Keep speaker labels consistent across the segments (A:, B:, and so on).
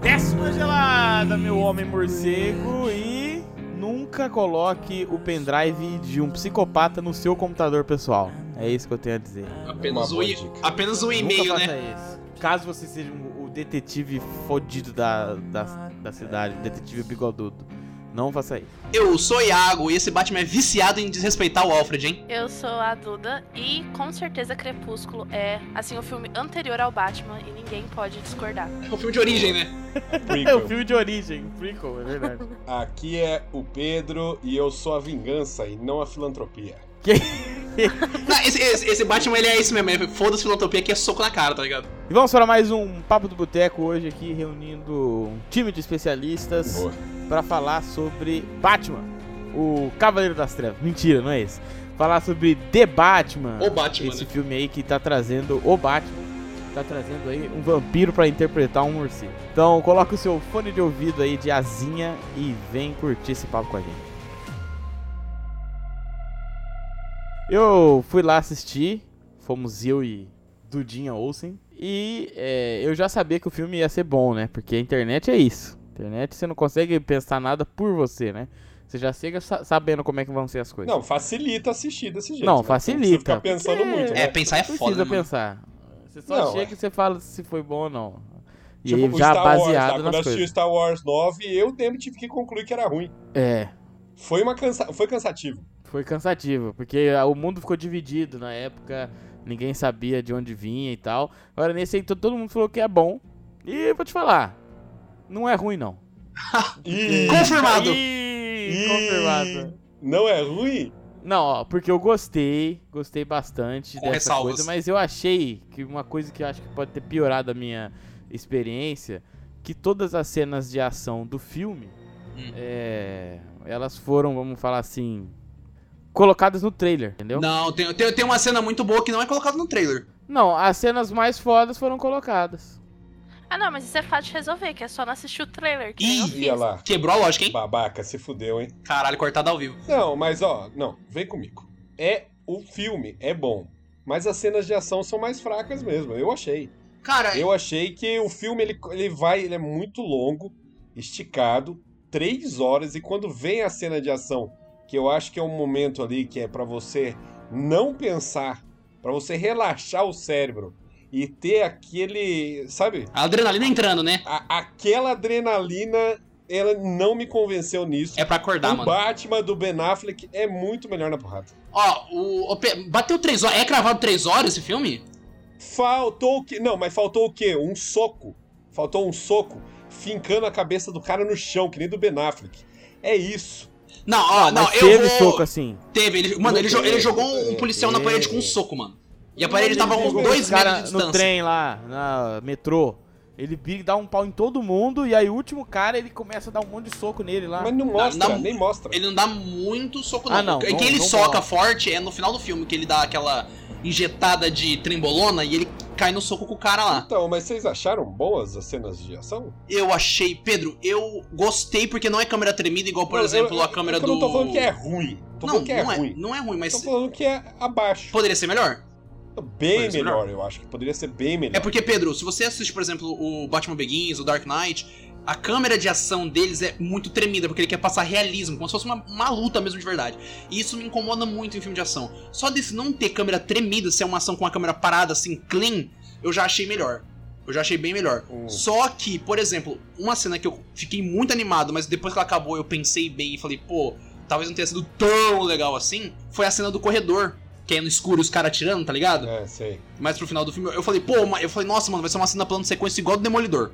A: Décima gelada, meu homem morcego. E nunca coloque o pendrive de um psicopata no seu computador pessoal. É isso que eu tenho a dizer.
B: Apenas,
C: Uma
B: o,
C: boa
B: e-
C: dica.
A: Ah,
B: apenas o e-mail,
A: nunca
B: né?
A: faça isso. Caso você seja um- o detetive fodido da, da, da cidade, o detetive bigodudo, não faça isso.
B: Eu sou Iago e esse Batman é viciado em desrespeitar o Alfred, hein?
D: Eu sou a Duda e com certeza Crepúsculo é, assim, o filme anterior ao Batman e ninguém pode discordar.
B: É um filme de origem, né?
A: É o
C: Prequel.
A: filme de origem, prequel, é verdade.
C: Aqui é o Pedro e eu sou a vingança e não a filantropia.
B: Não, esse, esse- esse Batman ele é esse mesmo, ele foda-se filantropia que é soco na cara, tá ligado?
A: E vamos para mais um Papo do Boteco hoje aqui, reunindo um time de especialistas
C: Boa.
A: para falar sobre Batman, o Cavaleiro das Trevas. Mentira, não é esse. Falar sobre The Batman,
B: O Batman,
A: esse
B: né?
A: filme aí que tá trazendo o Batman, tá trazendo aí um vampiro para interpretar um morcego. Então coloca o seu fone de ouvido aí de asinha e vem curtir esse papo com a gente. Eu fui lá assistir, fomos eu e Dudinha Olsen. E é, eu já sabia que o filme ia ser bom, né? Porque a internet é isso. Internet você não consegue pensar nada por você, né? Você já chega sa- sabendo como é que vão ser as coisas.
C: Não, facilita assistir desse jeito.
A: Não,
C: né?
A: facilita,
C: Não precisa ficar pensando
A: porque-
C: muito, né?
B: É, pensar é
A: precisa
B: foda, né, mano?
A: pensar. Você só
C: Não,
A: chega
C: é.
A: e você fala se foi bom ou não. E
C: Tipo,
A: aí
C: o
A: já
C: Star Wars, tá?
A: baseado
C: Quando eu
A: nas
C: assisti o
A: coisas.
C: Star Wars 9, eu mesmo tive que concluir que era ruim.
A: É,
C: Foi, uma cansa... Foi cansativo.
A: foi cansativo, porque ah, o mundo ficou dividido na época, ninguém sabia de onde vinha e tal. Agora nesse aí to- todo mundo falou que é bom. E eu vou te falar, não é ruim não.
C: E...
B: Confirmado!
A: Ih,
C: Ih.
A: confirmado.
C: Não é ruim?
A: Não, ó, porque eu gostei, gostei bastante
B: Com
A: dessa
B: ressalvas.
A: coisa, mas eu achei que uma coisa que eu acho que pode ter piorado a minha experiência, que todas as cenas de ação do filme,
B: Hum.
A: é, elas foram, vamos falar assim, colocadas no trailer, entendeu?
B: Não, tem, tem, tem uma cena muito boa que não é colocada no trailer.
A: Não, as cenas mais fodas foram colocadas.
D: Ah não, mas isso é fácil de resolver, que é só não assistir o trailer, que nem eu
B: Ih,
C: Ia
D: fiz.
C: lá.
B: Quebrou a lógica, hein?
C: Babaca, se fudeu, hein?
B: Caralho, cortada ao vivo.
C: Não, mas ó, não, vem comigo. É, o filme é bom, mas as cenas de ação são mais fracas mesmo, eu achei.
B: Cara,
C: Eu achei que o filme, ele, ele vai, ele é muito longo, esticado, três horas, e quando vem a cena de ação, que eu acho que é um momento ali que é pra você não pensar, pra você relaxar o cérebro e ter aquele, sabe,
B: a adrenalina entrando, né?
C: a- aquela adrenalina, ela não me convenceu nisso.
B: É pra acordar,
C: o
B: mano.
C: Batman do Ben Affleck é muito melhor na porrada.
B: Ó, o, o Pe- bateu três horas. É cravado três horas esse filme?
C: Faltou o quê? Não, mas faltou o quê? Um soco. Faltou um soco fincando a cabeça do cara no chão, que nem do Ben Affleck. É isso.
B: Não, ó, Ah, não,
A: Ah, mas
B: eu
A: teve
B: vou...
A: soco assim.
B: Teve, ele, mano, ele, jo- ele jogou um policial na parede com um soco, mano. E a parede
C: Ele
B: tava a uns
C: pegou
B: dois
A: Os
B: metros de
A: cara
B: distância.
A: no trem lá, na metrô, ele briga, dá um pau em todo mundo e aí o último cara ele começa a dar um monte de soco nele lá.
C: Mas não mostra,
B: não-
C: nem mostra.
B: Ele não dá muito soco, não.
A: Ah, não,
B: Quem
A: não-
B: ele
A: não
B: soca
A: coloca.
B: forte é no final do filme, que ele dá aquela injetada de trembolona e ele cai no soco com o cara lá.
C: Então, mas vocês acharam boas as cenas de ação?
B: Eu achei, Pedro, eu gostei porque não é câmera tremida igual, por
C: Não,
B: exemplo,
C: eu-
B: a câmera
C: eu
B: do.
C: Não tô falando que é ruim. Tô
B: não,
C: falando que é
B: não,
C: ruim.
B: não é ruim, mas
C: Tô falando que é abaixo.
B: poderia ser melhor.
C: Bem
B: Poderia ser
C: melhor, eu acho que poderia ser bem melhor.
B: É porque, Pedro, se você assiste, por exemplo, o Batman Begins, o Dark Knight, a câmera de ação deles é muito tremida, porque ele quer passar realismo, como se fosse uma, uma luta mesmo de verdade. E isso me incomoda muito em filme de ação. Só desse não ter câmera tremida, ser uma ação com a câmera parada, assim, clean, eu já achei melhor. Eu já achei bem melhor.
C: Hum.
B: Só que, por exemplo, uma cena que eu fiquei muito animado, mas depois que ela acabou eu pensei bem e falei, pô, talvez não tenha sido tão legal assim, foi a cena do corredor. Que é no escuro e os caras atirando, tá ligado?
C: É, sei.
B: Mas pro final do filme, eu falei, pô, ma- eu falei, nossa, mano, vai ser uma cena plano de sequência igual do Demolidor.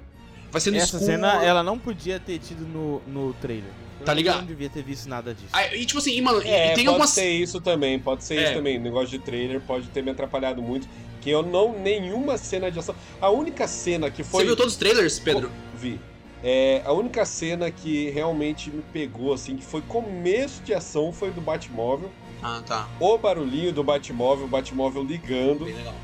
B: Vai ser no
A: Essa
B: escuro.
A: cena,
C: é-
A: ela não podia ter tido no, no trailer. Eu
B: Tá
A: não-
B: ligado?
A: Não devia ter visto nada disso.
B: Aí, e tipo assim, e, mano, e-
C: É,
B: e tem
C: pode
B: algumas.
C: ser isso também, pode ser
B: É.
C: isso também. O negócio de trailer pode ter me atrapalhado muito, que eu não nenhuma cena de ação. A única cena que foi
B: Você viu todos os trailers, Pedro?
C: vi. É, a única cena que realmente me pegou assim, que foi começo de ação, foi do Batmóvel.
B: Ah, tá.
C: O barulhinho do Batmóvel, o Batmóvel ligando,
B: Bem legal.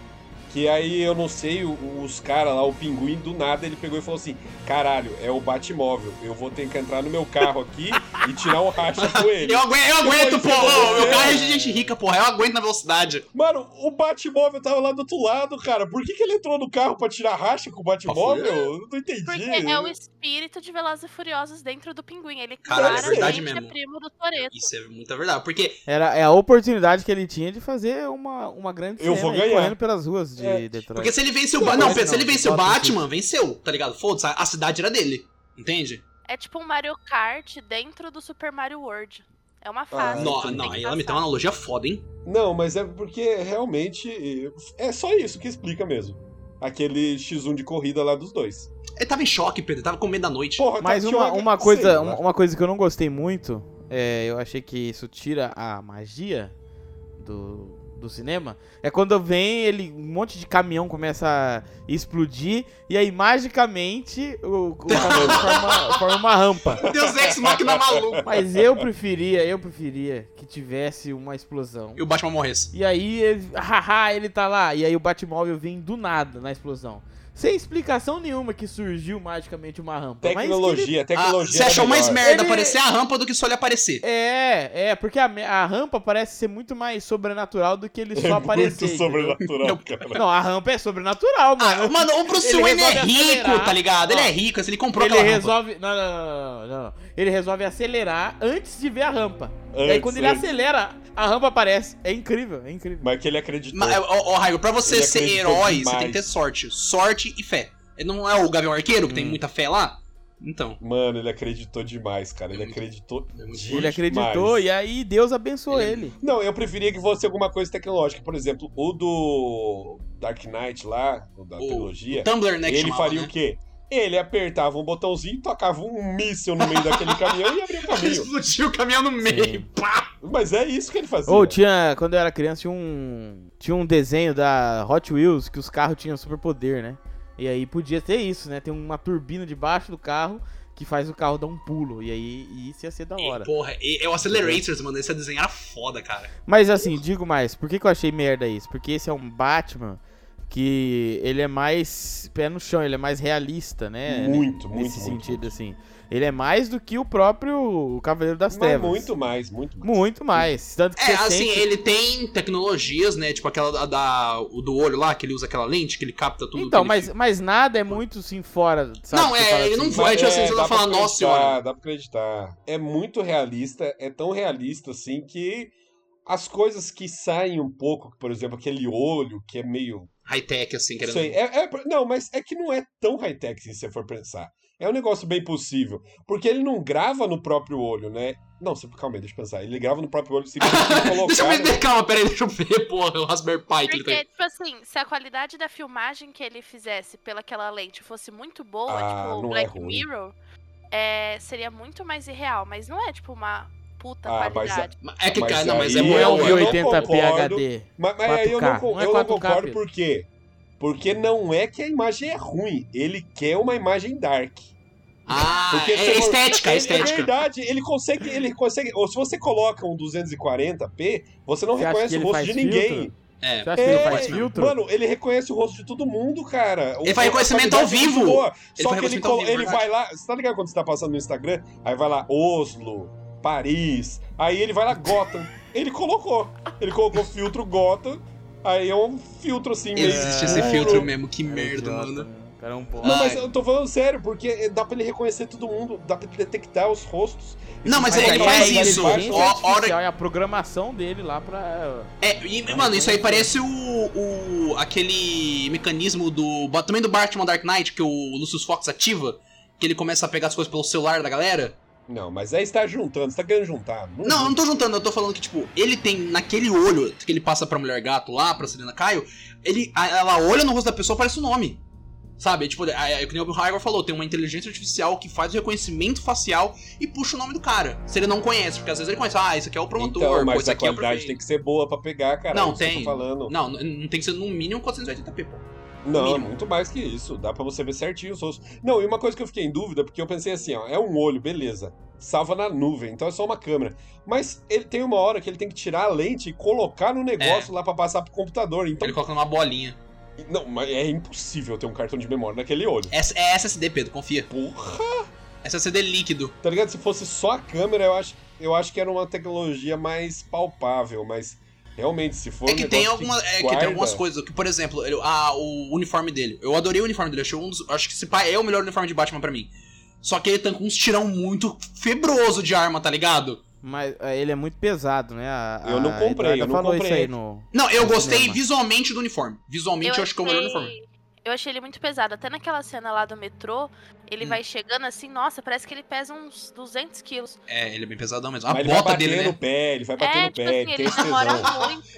C: que aí eu não sei, o- os caras lá, o pinguim do nada, ele pegou e falou assim: "Caralho, é o Batmóvel. Eu vou ter que entrar no meu carro aqui e tirar um racha com ele".
B: Eu aguento, eu aguento, pô!
C: Eu
B: ô,
C: aguento.
B: Meu carro é de gente rica, porra. Eu aguento na velocidade.
C: Mano, o Batmóvel tava lá do outro lado, cara. Por que, que ele entrou no carro pra tirar racha com o Batmóvel? Eu não entendi.
D: Porque é o, es- espírito de Velozes e Furiosos dentro do Pinguim. Ele
C: é
B: Caralho,
D: claramente
B: verdade mesmo.
D: primo do Toreto.
B: Isso é muita verdade. Porque
A: Era é a oportunidade que ele tinha de fazer uma, uma grande
C: Eu
A: cena
C: vou
A: aí
C: ganhar.
A: correndo pelas ruas de
C: É,
A: Detroit.
B: Porque se ele vence o
A: Não,
B: Batman. Não,
A: não,
B: Pedro, se ele
A: não,
B: vence o
A: Batman,
B: Batman, venceu, tá ligado? Foda-se, a- a cidade era dele. Entende?
D: É tipo um Mario Kart dentro do Super Mario World. É uma fase.
C: Ah,
D: que
B: Não,
D: você tem
B: não,
D: que
B: aí ela me tem
D: passar.
B: uma analogia foda, hein?
C: Não, mas é porque realmente. É só isso que explica mesmo. Aquele X1 de corrida lá dos dois.
B: Ele tava em choque, Pedro, ele tava com medo da noite.
C: Porra,
A: Mas
C: Tatiana,
A: uma, uma
C: sei
A: coisa, um,
C: lá.
A: uma, uma coisa que eu não gostei muito, é, eu achei que isso tira a magia do, do cinema, é quando vem ele, um monte de caminhão começa a explodir e aí magicamente o, o caminhão forma, forma uma rampa.
B: Deus Ex Machina maluco.
A: Mas eu preferia, eu preferia que tivesse uma explosão.
B: E o Batman morresse.
A: E aí, ele, haha, ele tá lá. E aí o Batmóvel vem do nada na explosão. Sem explicação nenhuma que surgiu magicamente uma rampa. mas que ele-
C: Tecnologia,
B: Ah,
C: tecnologia.
B: você achou
C: era
B: mais
C: melhor.
B: merda
A: Ele-
B: aparecer a rampa do que só ele aparecer.
A: É, é, porque a, me- a rampa parece ser muito mais sobrenatural do que ele só
C: É
A: aparecer.
C: muito
A: entendeu?
C: sobrenatural, cara.
A: Não, a rampa é sobrenatural, mano.
B: Ah, mano, o Bruce
A: Ele
B: Wayne é
A: resolve
B: rico,
A: acelerar.
B: tá ligado? Ele
A: Ó,
B: é rico, assim, ele comprou
A: ele
B: aquela rampa.
A: resolve. Não, não, não, não, não, não. Ele resolve acelerar antes de ver a rampa. e aí
C: Antes,
A: quando ele
C: antes.
A: acelera, a rampa aparece. É incrível, é incrível.
C: Mas que ele acreditou.
B: Mas, Ó, ó, Raigo, pra você
A: é
C: Ele
B: ser
C: acreditou
B: herói, você
C: demais.
B: tem que ter sorte. Sorte e fé. Ele não é o Gavião Arqueiro, que tem
A: Hum.
B: muita fé lá? Então.
C: Mano, ele acreditou demais, cara. Ele
B: É muito-
C: acreditou.
B: é muito
C: demais.
A: Ele acreditou e aí Deus abençoou
B: Ele-
A: ele.
C: Não, eu preferia que fosse alguma coisa tecnológica. Por exemplo, o do Dark Knight lá, o da
B: O-
C: trilogia,
B: Tumblr, né? que
C: ele
B: chamava,
C: faria
B: né?
C: o quê? Ele apertava um botãozinho, tocava um míssil no meio daquele caminhão e abria o caminho.
B: Explodiu o caminhão no meio. Pá!
C: Mas é isso que ele fazia.
A: Ou tinha, quando eu era criança, tinha um, tinha um desenho da Hot Wheels que os carros tinham superpoder, né? E aí podia ter isso, né? Tem uma turbina debaixo do carro que faz o carro dar um pulo. E aí e isso ia ser da hora.
B: E, porra, e- é o Accelerators, mano. Esse desenho era foda, cara.
A: Mas assim, digo mais, por que, que eu achei merda isso? Porque esse é um Batman que ele é mais pé no chão, ele é mais realista, né?
C: muito, muito,
A: Nesse
C: muito.
A: sentido, assim. Ele é mais do que o próprio Cavaleiro das
C: Mas
A: Trevas.
C: muito mais, muito mais.
A: Muito mais. Tanto que
B: É,
A: você
B: assim,
A: sente-
B: ele tem tecnologias, né? Tipo aquela da, da- o do olho lá, que ele usa aquela lente, que ele capta tudo. que
A: Então,
B: ele
A: mas, mas nada é muito assim fora, sabe?
B: Não,
A: Você
B: é,
A: fala
B: ele
A: assim,
B: não vai, tipo assim, você
C: dá pra
B: vai falar, nossa
C: acreditar,
B: senhora.
C: Dá pra acreditar. É muito realista, é tão realista assim que as coisas que saem um pouco, por exemplo, aquele olho que é meio.
B: High-tech, assim, querendo.
C: Sei, é- é- não, mas é que não é tão high-tech se você for pensar. É um negócio bem possível. Porque ele não grava no próprio olho, né? Não, se- calma aí, deixa eu pensar. Ele grava no próprio olho se colocar. né?
B: Deixa eu ver, calma, peraí, deixa eu ver, porra, o Raspberry Pi que ele tem.
D: Porque, tipo assim, se a qualidade da filmagem que ele fizesse pelaquela lente fosse muito boa,
C: Ah,
D: tipo
C: não é
D: Black
C: ruim.
D: Mirror, é, seria muito mais irreal. Mas não é, tipo, uma puta
C: Ah, mas
D: qualidade.
B: É que,
C: Mas
B: cara, não, mas é
C: aí
A: Não
B: boa.
A: é um
C: eu não
A: 1080p
C: concordo.
A: HD.
C: Mas, mas aí eu
A: 4K,
C: não, con-
A: não é
C: eu não
A: 4K,
C: concordo
A: Pedro.
C: por quê? Porque não é que a imagem é ruim, ele quer uma imagem dark.
B: Ah,
C: Porque
B: é
C: você-
B: estética, é
C: É
B: estética.
C: verdade, ele consegue, ele consegue. Ou se você coloca um 240p, você não
A: Você acha que
C: reconhece o
A: ele
C: rosto
A: faz
C: de ninguém.
A: filtro?
B: É.
A: Você acha que ele
C: É,
A: faz
B: mano,
A: filtro?
C: Mano, ele reconhece o rosto de todo mundo, cara. O-
B: Ele faz
C: a
B: reconhecimento
C: qualidade
B: ao
C: é muito
B: vivo.
C: boa.
B: Ele
C: Só
B: faz
C: que ele,
B: reconhecimento ao
C: colo-
B: vivo,
C: ele
B: verdade.
C: vai lá. Você tá ligado quando você tá passando no Instagram? Aí vai lá, Oslo, Paris. Aí ele vai lá, Gotham. Ele colocou. Ele colocou filtro Gotham. Aí é um filtro assim meio
B: Existe esse
C: escuro.
B: filtro mesmo,
C: É,
B: que
A: Cara,
B: merda,
A: idiota,
B: mano.
A: né? O cara é um bosta.
C: Não, mas
B: Ai.
C: eu tô falando sério, porque dá pra ele reconhecer todo mundo, dá pra detectar os rostos.
B: Não, mas
C: Isso
B: ele
C: aí
B: faz
C: é
B: isso.
A: A
C: embaixo,
A: inteligência
B: Ó, hora-
A: artificial, é a programação dele lá pra...
B: É, e, mano, isso aí parece o, o- aquele mecanismo do. ba- Também do Batman Dark Knight, que o Lucius Fox ativa, que ele começa a pegar as coisas pelo celular da galera.
C: Não, mas aí você tá juntando, você tá querendo juntar.
B: Não, eu não tô juntando, eu tô falando que, tipo, ele tem naquele olho que ele passa pra mulher gato lá, pra Selena Caio, ele, a- ela olha no rosto da pessoa parece o nome. Sabe? Tipo, a- a- que nem o Hyrule falou, tem uma inteligência artificial que faz o reconhecimento facial e puxa o nome do cara. Se ele não conhece, porque às vezes ele conhece, ah, isso aqui é o promotor,
C: Então,
B: pô,
C: mas
B: isso
C: a
B: aqui é o
C: qualidade tem
B: prefeito.
C: que ser boa pra pegar, cara. é
B: Não,
C: isso que eu tô
B: tem.
C: falando.
B: Não, n- não tem que ser no mínimo 480p, pô.
C: Não,
B: mínimo.
C: muito mais que isso. Dá pra você ver certinho os rostos. Não, e uma coisa que eu fiquei em dúvida, porque eu pensei assim, ó, é um olho, beleza. Salva na nuvem, então é só uma câmera. Mas ele tem uma hora que ele tem que tirar a lente e colocar no
B: É.
C: negócio lá pra passar pro computador. Então,
B: Ele coloca numa bolinha.
C: não, mas é impossível ter um cartão de memória naquele olho.
B: S- É SSD, Pedro, confia.
C: Porra!
B: SSD líquido.
C: Tá ligado? Se fosse só a câmera, eu acho, eu acho que era uma tecnologia mais palpável, mas realmente, se for.
B: É
C: um
B: que,
C: negócio
B: tem alguma, é que tem
C: guarda-
B: algumas coisas. Que, por exemplo, ah, ele- a- o uniforme dele. Eu adorei o uniforme dele. Achei um dos, acho que esse pai é o melhor uniforme de Batman pra mim. Só que ele tanca uns tirão muito febroso de arma, tá ligado?
A: Mas ah, ele é muito pesado, né? A-
C: Eu não
A: a
C: comprei, eu
A: Eduarda
C: não
A: falou
C: comprei.
A: isso aí no.
B: Não, eu
A: No
C: é,
B: gostei
A: cinema.
B: visualmente do uniforme. Visualmente eu, acho que é o melhor uniforme.
D: eu achei ele muito pesado. Até naquela cena lá do metrô, ele
B: Hum.
D: vai chegando assim, nossa, parece que ele pesa uns 200 quilos.
B: É, ele é bem pesadão mesmo. A
C: Mas ele vai
B: bota
C: bater
B: dele,
C: no
B: né?
C: pé, ele vai bater
D: é,
C: no
D: tipo
C: Tá pé,
D: assim,
C: ele tem
D: ele
C: esse
D: demora
C: tesão.
D: muito.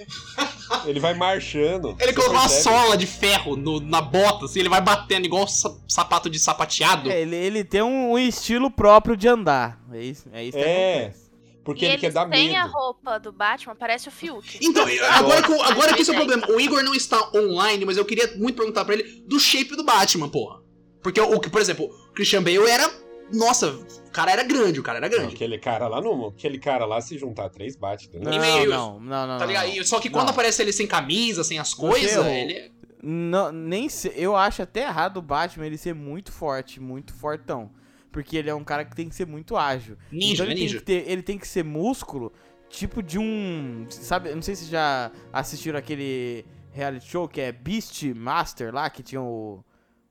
C: Ele vai marchando.
B: Ele
C: você
B: colocou uma
C: percebe?
B: sola de ferro no- na bota, assim, ele vai batendo igual sa- sapato de sapateado.
A: É, ele, ele tem um, um estilo próprio de andar. É isso, é isso que
C: É.
A: acontece.
C: Porque
D: e
C: ele
D: ele
C: quer dar
D: tem a
C: medo.
D: roupa do Batman, parece o Fiuk.
B: Então, eu- agora, que, eu- agora que esse é o
D: Mas é
B: problema. O Igor não está online, mas eu queria muito perguntar pra ele do shape do Batman, porra. Porque, o, que, por exemplo, o Christian Bale era. Nossa, o cara era grande, o cara era
C: Não,
B: grande.
C: aquele cara lá não. Aquele cara lá se juntar três bate, entendeu?
A: Não,
B: meio-
A: não, não, não.
B: Tá ligado?
A: não.
B: E- Só que quando
A: Não.
B: aparece ele sem camisa, sem as coisas,
A: eu-
B: ele. é
A: Não, nem se- eu acho até errado o Batman ele ser muito forte, muito fortão. Porque ele é um cara que tem que ser muito ágil.
B: Ninja,
A: então ele,
B: né, ninja.
A: Tem que ter, ele tem que ser músculo, tipo de um. Sabe, eu não sei se já assistiram aquele reality show que é Beast Master lá, que tinha o.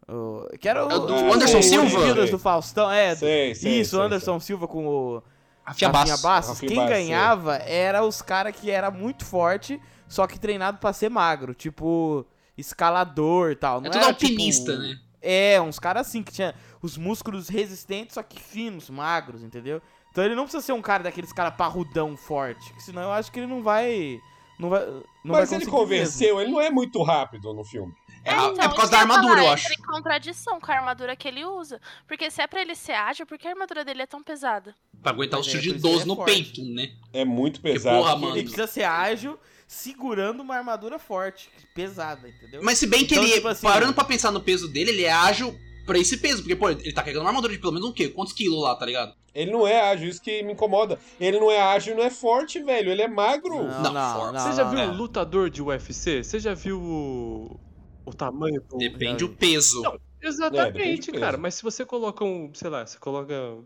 A: o- que era o.
B: É o do
A: o-
B: Anderson
A: o
B: Silva?
A: Olimpíadas do Faustão, é.
C: Sei, sei,
A: isso,
C: sei,
A: Anderson Silva com o.
B: Rafinha
A: Rafinha
B: Bass.
A: Bastos,
C: Rafinha
A: quem
C: Bastos,
A: ganhava era os caras que era muito forte, só que treinado pra ser magro, tipo escalador e tal.
B: É
A: Não
B: todo
A: era,
B: alpinista,
A: né? tipo,
B: né?
A: É, uns caras assim que tinha os músculos resistentes, só que finos, magros, entendeu? Então ele não precisa ser um cara daqueles cara parrudão forte, que senão eu acho que ele não vai não vai não
C: Mas
A: vai conseguir
C: ele
A: mesmo.
C: convenceu, ele não é muito rápido no filme.
B: É,
D: É,
B: ra-
D: então,
B: é por causa da
D: isso que eu ia
B: armadura,
D: falar,
B: eu
D: entra
B: acho.
D: em contradição com a armadura que ele usa. Porque se é pra ele ser ágil, por que a armadura dele é tão pesada?
B: Pra aguentar os
A: Mas é,
B: tiros de
A: por isso que ele
B: 12
A: é
B: no
A: forte.
B: peito, né?
C: É muito pesado.
B: porra,
C: porque
B: mano.
A: Ele
C: ele-
A: precisa ser ágil segurando uma armadura forte, pesada, entendeu?
B: Mas se bem que
A: Então,
B: ele,
A: tipo assim-
B: parando pra pensar no peso dele, ele é ágil pra esse peso. Porque, pô, ele tá carregando uma armadura de pelo menos um quê? Quantos quilos lá, tá ligado?
C: Ele não é ágil, isso que me incomoda. Ele não é ágil, não é forte, velho. Ele é magro.
A: não,
B: Não,
A: não,
B: forte.
A: não,
E: Você já
A: não,
E: viu
B: é.
E: o lutador de UFC? Você já viu o, o tamanho do.
A: é.
B: Depende o peso.
E: Não.
C: depende
E: Exatamente,
C: do peso.
E: cara. Mas se você coloca um, sei lá, você coloca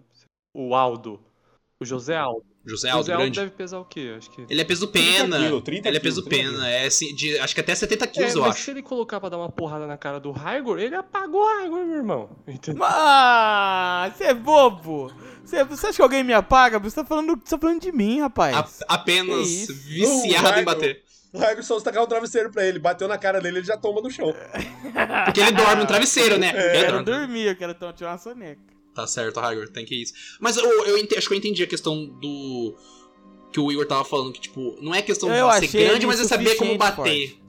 E: o Aldo, o José Aldo.
B: José
E: O
B: Aldo,
E: José Aldo
B: grande.
E: deve pesar o quê? Acho que.
B: Ele é peso
C: 30
B: pena.
C: quilos, 30
B: Ele é
C: quilos,
B: peso
C: 30
B: pena. É, assim, de- acho que até 70
E: É,
B: quilos, eu
E: mas
B: acho.
E: se ele colocar pra dar uma porrada na cara do Raigor, ele apagou o Raigor, meu irmão. Entendeu?
A: Ah, você é bobo! Você, você acha que alguém me apaga? Você tá falando, você tá falando de mim, rapaz.
B: A- apenas
A: Que isso.
B: viciado
C: Não,
B: em bater.
C: O Raigor Souza tacar o travesseiro pra ele. Bateu na cara dele, ele já tomba no chão.
B: Porque ele dorme no travesseiro, né?
A: eu
B: Ele
A: quero
B: dorme.
A: dormir, eu quero tomar tirar uma soneca.
B: Tá certo, Hagor, tem que ir isso. Mas eu, eu ente- acho que eu entendi a questão do. Que o Igor tava falando, que, tipo, não é questão
A: Eu
B: de ser
A: achei
B: grande,
A: ele
B: mas é saber como
A: suficiente
B: bater.
A: forte.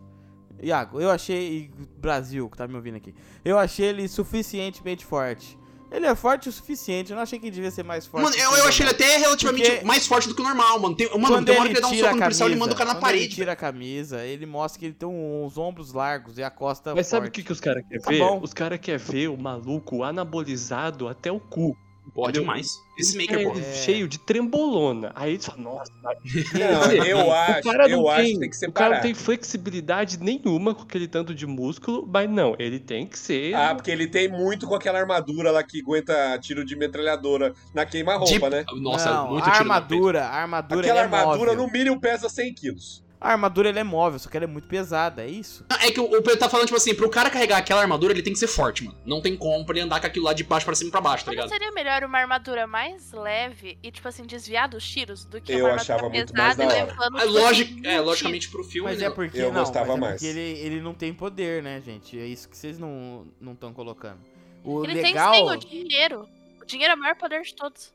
A: Iago, eu achei. e Brasil, que tá me ouvindo aqui. Eu achei ele suficientemente forte. Ele é forte o suficiente, eu não achei que ele devia ser mais forte.
B: Mano,
A: que
B: eu,
A: ele
B: eu
A: é,
B: achei ele
A: não.
B: até relativamente
A: Porque-
B: mais forte do que o normal, mano. Tem, mano,
A: Quando
B: tem uma hora
A: ele
B: que ele dá um
A: tira
B: soco
A: a
B: no policial, ele
A: camisa,
B: manda o cara na
A: quando ele
B: parede.
A: tira a camisa, ele mostra que ele tem um, uns ombros largos e a costa
E: Mas sabe o
A: Tá forte.
E: que, que os caras querem
A: Tá
E: ver?
A: bom.
E: Os caras querem ver o maluco anabolizado até o cu.
B: Pô,
E: entendeu?
B: demais. Esse maker,
E: É,
B: porra.
A: É.
E: Cheio de trembolona. Aí eles falam, nossa,
C: Não, eu acho, eu acho que tem que
E: o cara não
C: separar.
E: tem flexibilidade nenhuma com aquele tanto de músculo, mas não, ele tem que ser.
C: Ah, porque ele tem muito com aquela armadura lá que aguenta tiro de metralhadora na queima-roupa,
B: De-
C: né?
B: Nossa,
A: não,
B: muito
A: a
B: tiro no peito.
A: armadura, a armadura
C: Aquela
A: ele é
C: armadura,
A: móvel.
C: no mínimo, pesa 100 quilos.
A: A armadura ele é móvel, só que ela é muito pesada, é isso?
B: Não, É que o, o Pedro tá falando, tipo assim, pro cara carregar aquela armadura, ele tem que ser forte, mano. Não tem como pra ele andar com aquilo lá de baixo pra cima e pra baixo, tá
D: Mas é não
B: ligado?
D: seria melhor uma armadura mais leve e, tipo assim, desviar dos tiros do que
C: Eu
D: uma
C: achava
D: armadura
C: muito
D: pesada
C: mais da
D: e
C: hora.
D: levando,
B: Ah,
D: tipo assim,
B: logic-
D: mil
B: é,
D: tiros.
B: logicamente pro filme,
A: Mas
B: né?
A: é porque
C: Eu
A: não,
C: gostava
A: mas é
C: mais.
A: porque ele, ele não tem poder, né, gente? É isso que vocês não não estão colocando. O
D: Ele
A: legal,
D: tem sim o dinheiro. O dinheiro é o maior poder de todos.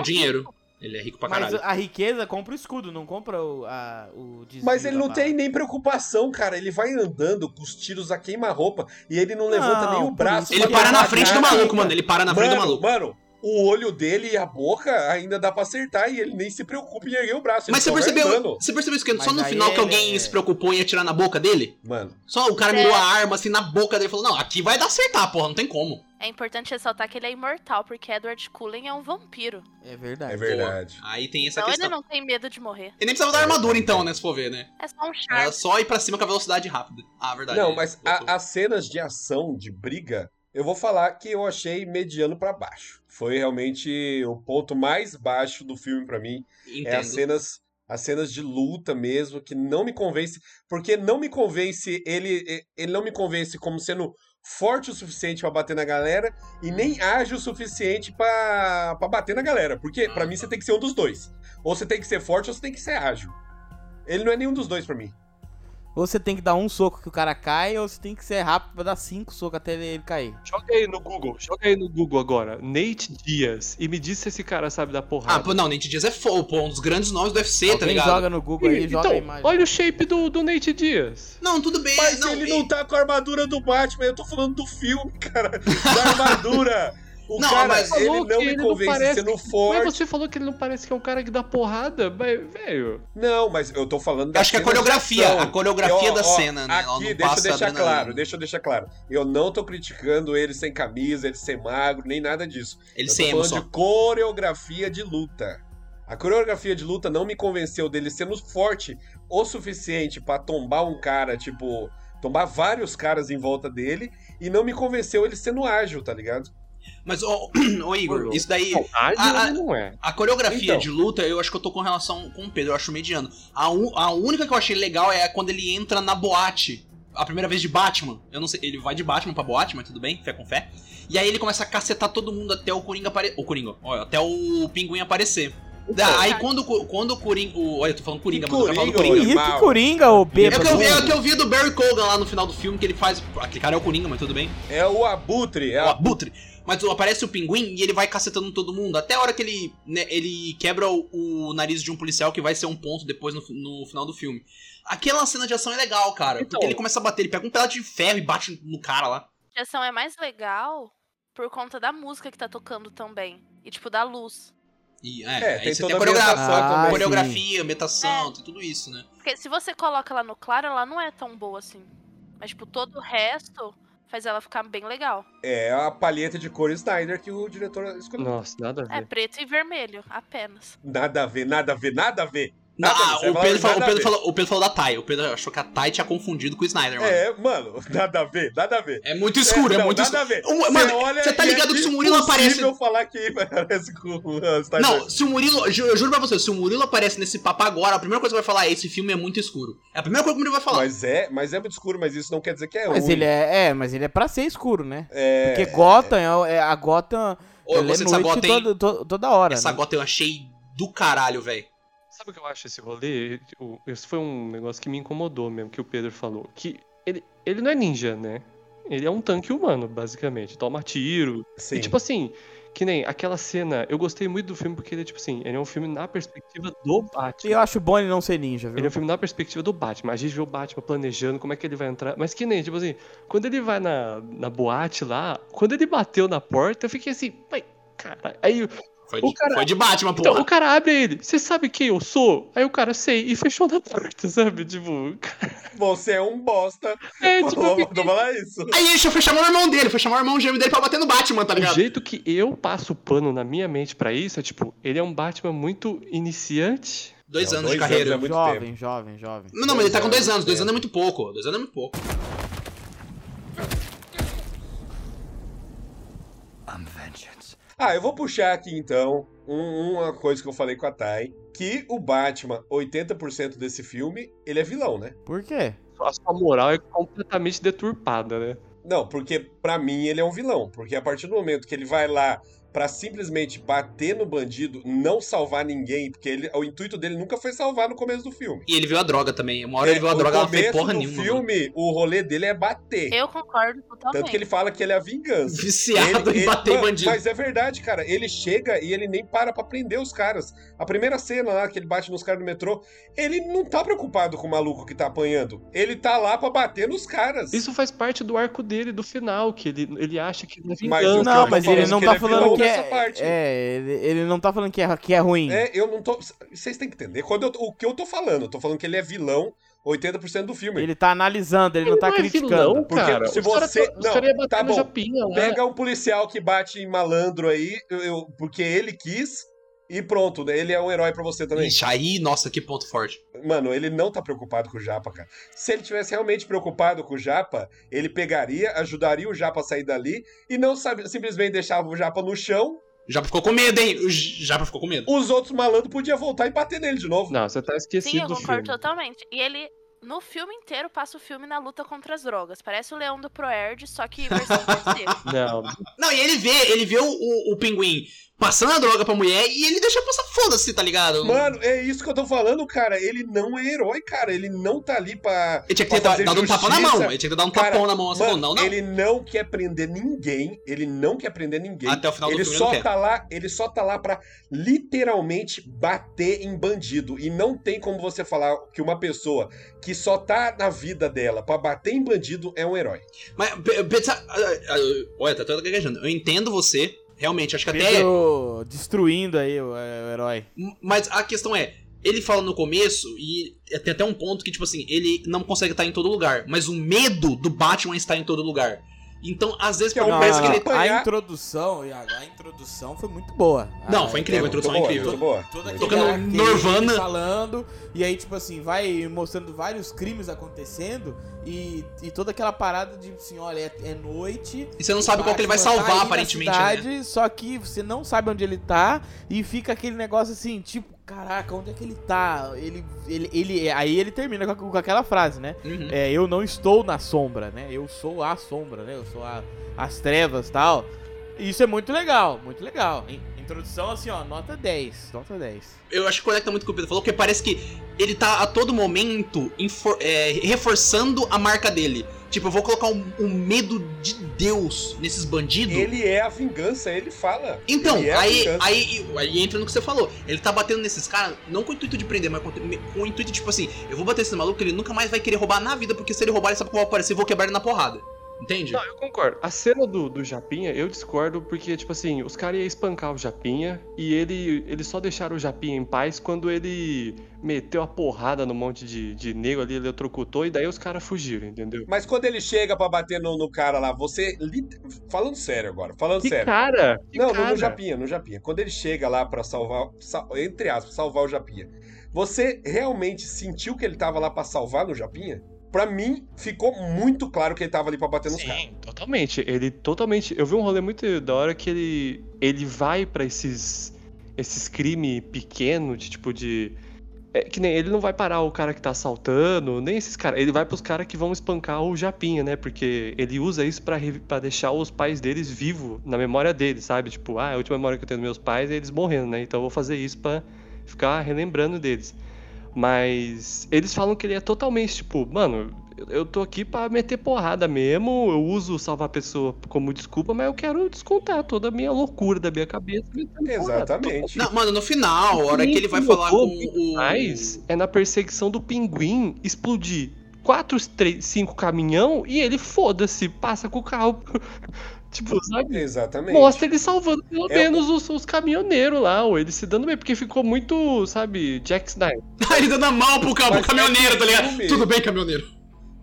B: O
D: é
B: dinheiro.
D: rico.
B: Ele é rico pra
A: mas
B: caralho.
A: a riqueza compra o escudo, não compra o a, o desvio
C: Mas ele
A: da
C: não
B: tá
A: bala.
C: tem nem preocupação, cara. Ele vai andando com os tiros a queima-roupa e ele não levanta nem o
A: por
C: braço.
A: isso
B: Ele
C: pra
B: para na
C: matar
B: frente do
C: nada.
B: maluco, mano. Ele para na frente do maluco.
C: Mano, o olho dele e a boca ainda dá pra acertar e ele nem se preocupa em erguer o braço.
B: Mas você
C: ele só vai
B: percebeu,
C: andando.
B: você percebeu isso que só
A: Mas
B: no
A: aí
B: final que
A: ele
B: alguém
A: é-
B: se preocupou em atirar na boca dele?
C: Mano,
B: Só o cara
D: É.
B: mirou a arma assim na boca dele e falou: Não, aqui vai dar acertar, porra, não tem como.
D: É importante ressaltar que ele é imortal, porque Edward Cullen é um vampiro.
A: É verdade.
C: é verdade.
B: Aí tem essa
D: então
B: questão.
D: ele não tem medo de morrer.
B: Ele nem precisava
C: É,
B: da armadura então, né? Se for ver, né?
D: É só um charme.
B: Era só ir pra cima com a velocidade rápida. Ah, verdade.
C: Não,
B: é.
C: mas a- as cenas de ação, de briga, eu vou falar que eu achei mediano pra baixo. Foi realmente o ponto mais baixo do filme pra mim. É
B: Entendo.
C: as cenas as cenas de luta mesmo, que não me convence, porque não me convence, ele, ele não me convence como sendo forte o suficiente pra bater na galera e nem age o suficiente pra pra bater na galera, porque pra mim você tem que ser um dos dois. Ou você tem que ser forte ou você tem que ser ágil. Ele não é nenhum dos dois pra mim.
A: Ou você tem que dar um soco que o cara cai, ou você tem que ser rápido pra dar cinco socos até ele cair.
E: Joga aí no Google, joga aí no Google agora. Nate Dias. E me diz se esse cara sabe da
B: Ah,
E: porrada.
B: pô, não, Nate Diaz é fo- pô, um dos grandes nomes do UFC, tá
A: Alguém
B: ligado?
A: joga no Google aí, joga a
E: então,
A: imagem.
E: olha o shape do, do Nate Dias.
B: Não, tudo bem,
C: Mas
B: É, não,
C: ele
B: e-
C: não tá com a armadura do Batman, eu tô falando do filme, cara. Da armadura. O
B: Não,
C: cara,
B: mas-
C: ele
E: Falou
C: não
E: que
C: me
E: ele não
C: convence
E: parece-
C: sendo
E: Mas
C: forte.
E: você falou que ele não parece que é um cara que dá porrada, mas, velho.
C: Não, mas eu tô falando da
B: Acho que é a
C: cena de
B: coreografia,
C: ação.
B: a coreografia
C: Ó,
B: da
C: ó,
B: cena, né? Ela
C: Aqui,
B: não
C: deixa eu
B: passa
C: deixar
B: adrenalina.
C: claro, deixa eu deixar claro. Eu não tô criticando ele sem camisa, ele sem magro, nem nada disso.
B: Ele
C: eu
B: sem
C: tô
B: emo
C: falando
B: só.
C: de coreografia de luta. A coreografia de luta não me convenceu dele sendo forte o suficiente pra tombar um cara, tipo, tombar vários caras em volta dele, e não me convenceu ele sendo ágil, tá ligado?
B: Mas, ô, ô, Igor,
E: Olhou.
B: isso daí.
E: Não, ágil
B: ah,
E: ele não é.
B: A coreografia
C: Então.
B: de luta, eu acho que eu tô com relação com o Pedro, eu acho mediano. A, u- a única que eu achei legal é quando ele entra na boate. A primeira vez de Batman. Eu não sei, ele vai de Batman pra boate, mas tudo bem, fé com fé. E aí ele começa a cacetar todo mundo até o Coringa aparecer. O Coringa, ó, até o Pinguim aparecer. Da- aí quando, o Co- quando o Coringa. o- Olha, eu tô falando Coringa,
C: Que
B: mano. eu tava falando
C: Coringa,
B: Coringa.
A: Ih,
C: olha.
A: que
C: mal.
A: coringa, ô
B: É o, que eu vi, é o
A: bêbado.
B: que eu vi do Barry Colgan lá no final do filme, que ele faz. Aquele cara é o Coringa, mas tudo bem
C: É o abutre, é
B: o
C: a...
B: abutre. Mas aparece o pinguim e ele vai cacetando todo mundo. Até a hora que ele, né, ele quebra o, o nariz de um policial, que vai ser um ponto depois no, no final do filme. Aquela cena de ação é legal, cara.
E: Então.
B: porque ele começa a bater, ele pega um pedaço de ferro e bate no cara lá.
D: A ação é mais legal por conta da música que tá tocando também. E, tipo, da luz.
B: E, é,
C: É,
B: aí
C: tem
B: você
C: toda
B: tem
C: a
A: Ah,
C: ambientação também.
B: a coreografia, coreografia ambientação,
D: É.
B: tem tudo isso, né?
D: Porque se você coloca ela no claro, ela não é tão boa assim. Mas, tipo, todo o resto faz ela ficar bem legal.
C: É a palheta de cor Snyder que o diretor escolheu.
E: Nossa, nada a
D: É,
E: ver.
D: preto e vermelho, apenas.
C: Nada a ver, nada a ver, nada a ver.
B: Não,
C: Nada,
B: ah,
C: você
B: o
C: vai
B: Pedro,
C: falar é nada
B: falou, o,
C: a
B: Pedro
C: ver.
B: falou, o Pedro falou da Thay. O Pedro achou que a Thay tinha confundido com o Snyder, mano. É,
C: É, mano, nada a ver, nada a ver.
B: muito escuro, é,
C: não,
B: muito
C: nada
B: escuro.
C: a ver.
B: Um-
C: Cê
B: mano,
C: olha
B: cê tá
C: e é
B: ligado que se o Murilo
C: impossível
B: aparece-
C: falar que parece com o Snyder.
B: Não, se o Murilo. ju- Eu juro pra você, se o Murilo aparece nesse papo agora, a primeira coisa que vai falar é: esse filme é muito escuro. É a primeira coisa que o Murilo vai falar.
C: Mas é, mas é muito escuro, mas isso não quer dizer que é
A: Mas
C: ruim.
A: ele é, é, mas ele é pra ser escuro, né?
C: É,
A: Porque Gotham, é, o- é- a Gotham,
B: Ô,
A: ela é
B: você dessa
A: noite
B: gota, hein?
A: todo- to- toda hora,
B: Essa
A: né?
B: gota eu achei do caralho, velho.
E: Sabe o que eu acho esse rolê? O- Esse foi um negócio que me incomodou mesmo, que o Pedro falou. Que ele, ele não é ninja, né? Ele é um tanque humano, basicamente. Toma tiro,
C: sim.
E: E tipo assim, que nem aquela cena, eu gostei muito do filme porque ele é tipo assim, ele é um filme na perspectiva do
A: E eu
E: Batman.
A: acho bom ele não ser ninja,
E: Ele é
A: viu?
E: um filme na perspectiva do Batman. A gente vê o Batman planejando como é que ele vai entrar. Mas que nem, tipo assim, quando ele vai na, na boate lá, quando ele bateu na porta, eu fiquei assim, mas, cara. Aí o-
B: Foi,
E: O
B: de-
E: cara-
B: foi de Batman, pô.
E: então, o cara abre ele, você sabe quem eu sou? Aí o cara, sei, e fechou na porta, sabe? Tipo, cara,
C: Você é um bosta.
E: é, tipo, eu
C: Falou,
E: fiquei-
C: não falar isso.
B: Aí deixa eu fechar o irmão dele, fechar o irmão gêmeo dele pra bater no Batman, tá
E: O
B: ligado?
E: jeito que eu passo o pano na minha mente pra isso é tipo, ele é um Batman muito iniciante,
B: Dois
C: Não,
B: anos de
C: dois
B: carreira.
C: anos é muito
A: jovem,
C: tempo.
A: jovem, jovem.
B: Não, mas ele tá com dois
C: Dois
B: anos, dois
C: anos,
B: anos é muito pouco. Dois anos é muito pouco.
C: Ah, eu vou puxar aqui então um- uma coisa que eu falei com a Thay, que o Batman, 80% desse filme, ele é vilão, né?
A: Por quê?
E: a sua moral é completamente deturpada, né?
C: Não, porque pra mim ele é um vilão, porque a partir do momento que ele vai lá pra simplesmente bater no bandido, não salvar ninguém, porque ele- o intuito dele nunca foi salvar no começo do filme.
B: E ele viu a droga também. Uma hora ele viu a
C: É, o
B: droga, ela não fez
C: começo
B: porra
C: do
B: nenhuma. né? mano.
C: filme, o rolê dele é bater.
D: Eu concordo totalmente.
C: Tanto que ele fala que ele é a vingança.
B: Viciado em bater em
C: mano,
B: bandido.
C: Mas é verdade, cara. Ele chega e ele nem para pra prender os caras. A primeira cena lá que ele bate nos caras do metrô, ele não tá preocupado com o maluco que tá apanhando. Ele tá lá pra bater nos caras.
E: Isso faz parte do arco dele do final, que ele, ele acha que ele é
C: Mas o
E: vingança.
C: que
A: Não,
C: tô
A: mas ele
C: falando
A: não
C: que
A: tá
C: ele é
A: falando
C: vilão
A: que
C: nessa parte.
A: é... É, ele, ele não tá falando que é, que é ruim.
C: É, eu não tô. Vocês têm que entender quando eu- o que eu tô falando. Eu tô falando que ele é vilão 80% do filme.
B: é
A: Ele tá analisando, ele, não tá
E: é
A: criticando.
E: vilão,
C: Porque
E: cara.
C: se
E: Os cara
C: você-
E: tá- os
C: não,
E: cara ia bater
C: tá
E: no
C: bom.
E: Japinha né? lá.
C: Pega um policial que bate em malandro aí, eu- eu- porque ele quis, e pronto, né? ele é um herói pra você também.
B: Ixi, aí, nossa, que ponto forte.
C: Mano, ele não tá preocupado com o Japa, cara. Se ele tivesse realmente preocupado com o Japa, ele pegaria, ajudaria o Japa a sair dali e não sabe- simplesmente deixava o Japa no chão
B: Já ficou com medo, hein? Já ficou com medo.
C: Os outros malandros podiam voltar e bater nele de novo.
E: Não, você tá
C: é
D: Sim, eu
E: esquecido do
D: concordo
E: filme.
D: totalmente. E ele, no filme inteiro, passa o filme na luta contra as drogas. Parece o leão do Proerd, só que versão brasileira.
E: Não,
B: Não, e ele vê, ele vê o, o, o pinguim passando a droga pra mulher e ele deixa passar foda-se, tá ligado?
C: Mano, é isso que eu tô falando, cara. Ele não é herói, cara. Ele não tá ali pra.
B: ele tinha que ter
C: pra
B: dado,
C: fazer
B: dado um tapa na
C: justiça.
B: mão, ele tinha que ter dado um
C: Cara,
B: tapão na mão, assim,
C: Mano,
B: não, não.
C: Ele não quer prender ninguém. Ele não quer prender ninguém.
B: Até o final
C: ele
B: do filme
C: só
B: ele não quer.
C: tá lá, ele só tá lá pra literalmente bater em bandido. E não tem como você falar que uma pessoa que só tá na vida dela pra bater em bandido é um herói.
B: Mas, pe- pensa... ah, ah, ah, Olha, tá toda gaguejando. Eu entendo você, realmente, acho que até... é,
A: Pedro tá destruindo aí o, é, o herói.
B: Mas a questão é, ele fala no começo e tem até um ponto que, tipo assim, ele não consegue estar em todo lugar. Mas o medo do Batman é estar em todo lugar. Então, às vezes,
C: Que é um
B: por
C: Não,
B: mais que
C: não,
B: ele... tá
C: não. apanhar-
A: a introdução, Iago, a introdução foi muito boa.
B: Não,
A: Ah,
B: foi incrível, a
A: é,
B: introdução é
C: muito boa,
B: incrível.
C: muito boa.
A: Toda
C: Muito
A: aquele
B: Tocando
A: arcade
B: Nirvana.
A: falando, e aí, tipo assim, vai mostrando vários crimes acontecendo, e, e toda aquela parada de, assim, olha, é, é noite...
B: E você não sabe qual que ele vai
A: Batman tá aí
B: salvar,
A: na
B: aparentemente, né?
A: cidade, Só que você não sabe onde ele tá, e fica aquele negócio assim, tipo, caraca, onde é que ele tá? Ele, ele, ele, aí ele termina com, com aquela frase, né?
B: Uhum.
A: É, eu não estou na sombra, né? Eu sou a sombra, né? Eu sou a- as trevas tal. E Isso é muito legal, muito legal. In- Introdução assim, ó, nota 10. Nota 10.
B: Eu acho que conecta muito com o que o Pedro falou, porque parece que ele tá a todo momento infor- é, reforçando a marca dele. Tipo, eu vou colocar um, um medo de Deus nesses bandidos.
C: Ele é a vingança, ele fala.
B: Então,
C: Ele é a
B: aí,
C: vingança.
B: aí, aí entra no que você falou. Ele tá batendo nesses caras, não com o intuito de prender, mas com, com o intuito, tipo assim, eu vou bater esse maluco, ele nunca mais vai querer roubar na vida, porque se ele roubar, ele sabe como vai aparecer, eu vou quebrar ele na porrada. Entende?
E: Não, eu concordo. A cena do, do Japinha, eu discordo, porque, tipo assim, os caras iam espancar o Japinha e ele, eles só deixaram o Japinha em paz quando ele meteu a porrada no monte de, de nego ali, eletrocutou, e daí os caras fugiram, entendeu?
C: Mas quando ele chega pra bater no, no cara lá, você. lit- Falando sério agora, falando
E: Que
C: sério.
E: cara! Que
C: Tá Não, no-
E: cara.
C: no Japinha, no Japinha. Quando ele chega lá pra salvar, sal- entre aspas, salvar o Japinha, você realmente sentiu que ele tava lá pra salvar no Japinha? Pra mim, ficou muito claro que ele tava ali pra bater nos caras.
E: Sim, totalmente. Ele totalmente. Eu vi um rolê muito da hora que ele ele vai pra esses esses crime pequeno de tipo de é, que nem ele não vai parar o cara que tá assaltando, nem esses caras. Ele vai pros caras que vão espancar o Japinha, né? Porque ele usa isso pra re- pra deixar os pais deles vivos na memória deles, sabe? Tipo, ah, a última memória que eu tenho dos meus pais é eles morrendo, né? Então eu vou fazer isso pra ficar relembrando deles. Mas eles falam que ele é totalmente tipo, mano, eu- eu tô aqui pra meter porrada mesmo, eu uso salvar a pessoa como desculpa, mas eu quero descontar toda a minha loucura da minha cabeça. metendo porrada.
C: Exatamente.
B: Não, mano, no final, a hora que ele vai
E: Sim, eu
B: falar
E: tô
B: com
E: muito
B: o.
E: Mas é na perseguição do pinguim explodir quatro, três, cinco caminhão e ele foda-se, passa com o carro. tipo, sabe?
C: Exatamente.
E: Mostra ele salvando pelo
C: É
E: menos os, os caminhoneiros lá, ou ele se dando bem, porque ficou muito, sabe, Jack Snyder.
B: ele dando a mão pro, ca- pro
C: Mas é
B: caminhoneiro, tá ligado?
C: filme-
B: Tudo bem, caminhoneiro.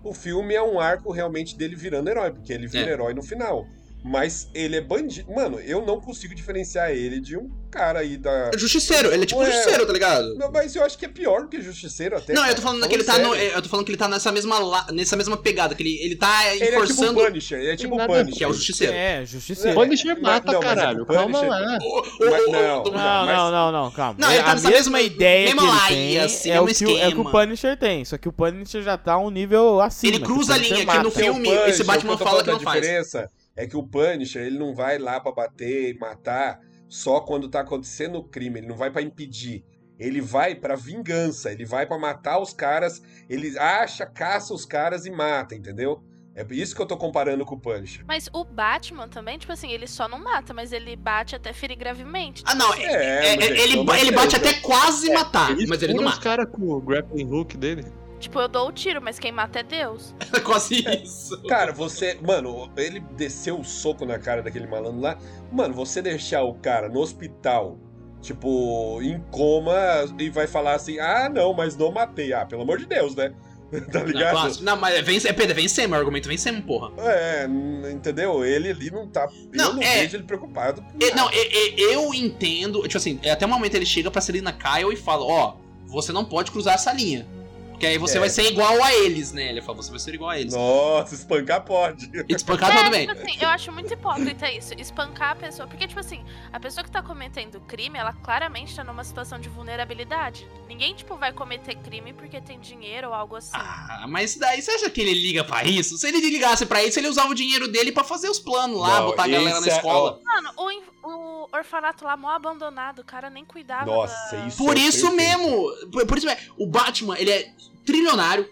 C: O filme é um arco realmente dele virando herói, porque ele vira
B: É.
C: herói no final. Mas ele é bandido. Mano, eu não consigo diferenciar ele de um cara aí da.
B: É Justiceiro, ele é tipo
C: Ué.
B: justiceiro, tá ligado?
C: Não, mas eu acho que é pior do que Justiceiro até.
B: Não,
C: cara.
B: eu tô falando que ele tá
C: sério.
B: no, eu tô falando que ele tá nessa mesma la- nessa mesma pegada, que ele, ele tá
C: Ele é tipo o
B: enforçando
C: Punisher, ele é tipo o
E: nada a ver.
C: Punisher.
B: que é o justiceiro.
A: É,
C: É,
A: justiceiro.
E: Punisher
C: mas-
E: mata,
C: não, mas é
E: caralho.
C: o
E: Calma
C: Punisher-
E: lá.
B: O- o-
C: Mas
B: o-
C: não.
B: o-
A: Não,
C: mas-
A: não, não, não, calma.
B: Não,
A: é
B: ele tá
A: a
B: nessa
A: mesma,
B: mesma-
A: ideia
B: mesma
A: que ele
B: laia,
A: tem,
B: assim,
A: é, o
B: mesmo
A: que o, é o que o
B: esquema.
A: Punisher tem, só que o Punisher já tá um nível acima.
B: Ele cruza
A: o
B: a linha,
A: Punisher
B: que no
A: mata.
B: filme- é um esse Batman
C: Então, o eu tô
B: fala que
C: falando,
B: não
C: a
B: faz.
C: diferença é que o Punisher, ele não vai lá pra bater e matar só quando tá acontecendo o crime, ele não vai pra impedir. Ele vai pra vingança, ele vai pra matar os caras, ele acha, caça os caras e mata, entendeu? É por isso que eu tô comparando com o Punisher.
D: Mas o Batman também, tipo assim, ele só não mata, mas ele bate até ferir gravemente.
B: Ah, não, é-
C: É,
B: é-
C: mas
B: ele, ele
C: pelo amor de
B: bate
C: Deus,
B: até
C: né?
B: quase matar, mas ele não
E: fura os
B: mata.
E: caras com o grappling hook dele.
D: Tipo, eu dou o tiro, mas quem mata é Deus.
B: quase
C: É,
B: isso.
C: Cara, você. Mano, ele desceu o soco na cara daquele malandro lá. Mano, você deixar o cara no hospital, tipo, em coma, e vai falar assim: ah, não, mas não matei. Ah, pelo amor de Deus, né? tá
B: Não, é
C: ligado?
B: quase. não, mas vem, é, Pedro, vem sem, meu argumento vem sem, porra.
C: É, n- entendeu? Ele ali não tá. eu
B: Não,
C: não
B: é-
C: vejo ele preocupado. com
B: E-
C: nada.
B: não, e- e- eu é entendo, tipo assim, até o momento ele chega pra Selina Kyle e fala, ó, você não pode cruzar essa linha. Porque Porque aí você
C: É.
B: vai ser igual a eles, né? Ele fala, você vai ser igual a eles.
C: Nossa, espancar pode.
B: E te espancar Tá tudo
D: É,
B: bem.
D: tipo assim, eu acho muito hipócrita isso, espancar a pessoa. Porque, tipo assim, a pessoa que tá cometendo crime, ela claramente tá numa situação de vulnerabilidade. Ninguém, tipo, vai cometer crime porque tem dinheiro ou algo assim.
B: Ah, mas daí você acha que ele liga pra isso? Se ele ligasse pra isso, ele usava o dinheiro dele pra fazer os planos lá,
C: Não,
B: botar a galera na
C: isso é-
B: escola.
D: Mano, o, in- o orfanato lá, mó abandonado, o cara nem cuidava.
C: Nossa,
D: da-
C: isso
B: Por
C: é
B: isso
C: perfeito.
B: mesmo, por, por isso mesmo, o Batman, ele é trilionário,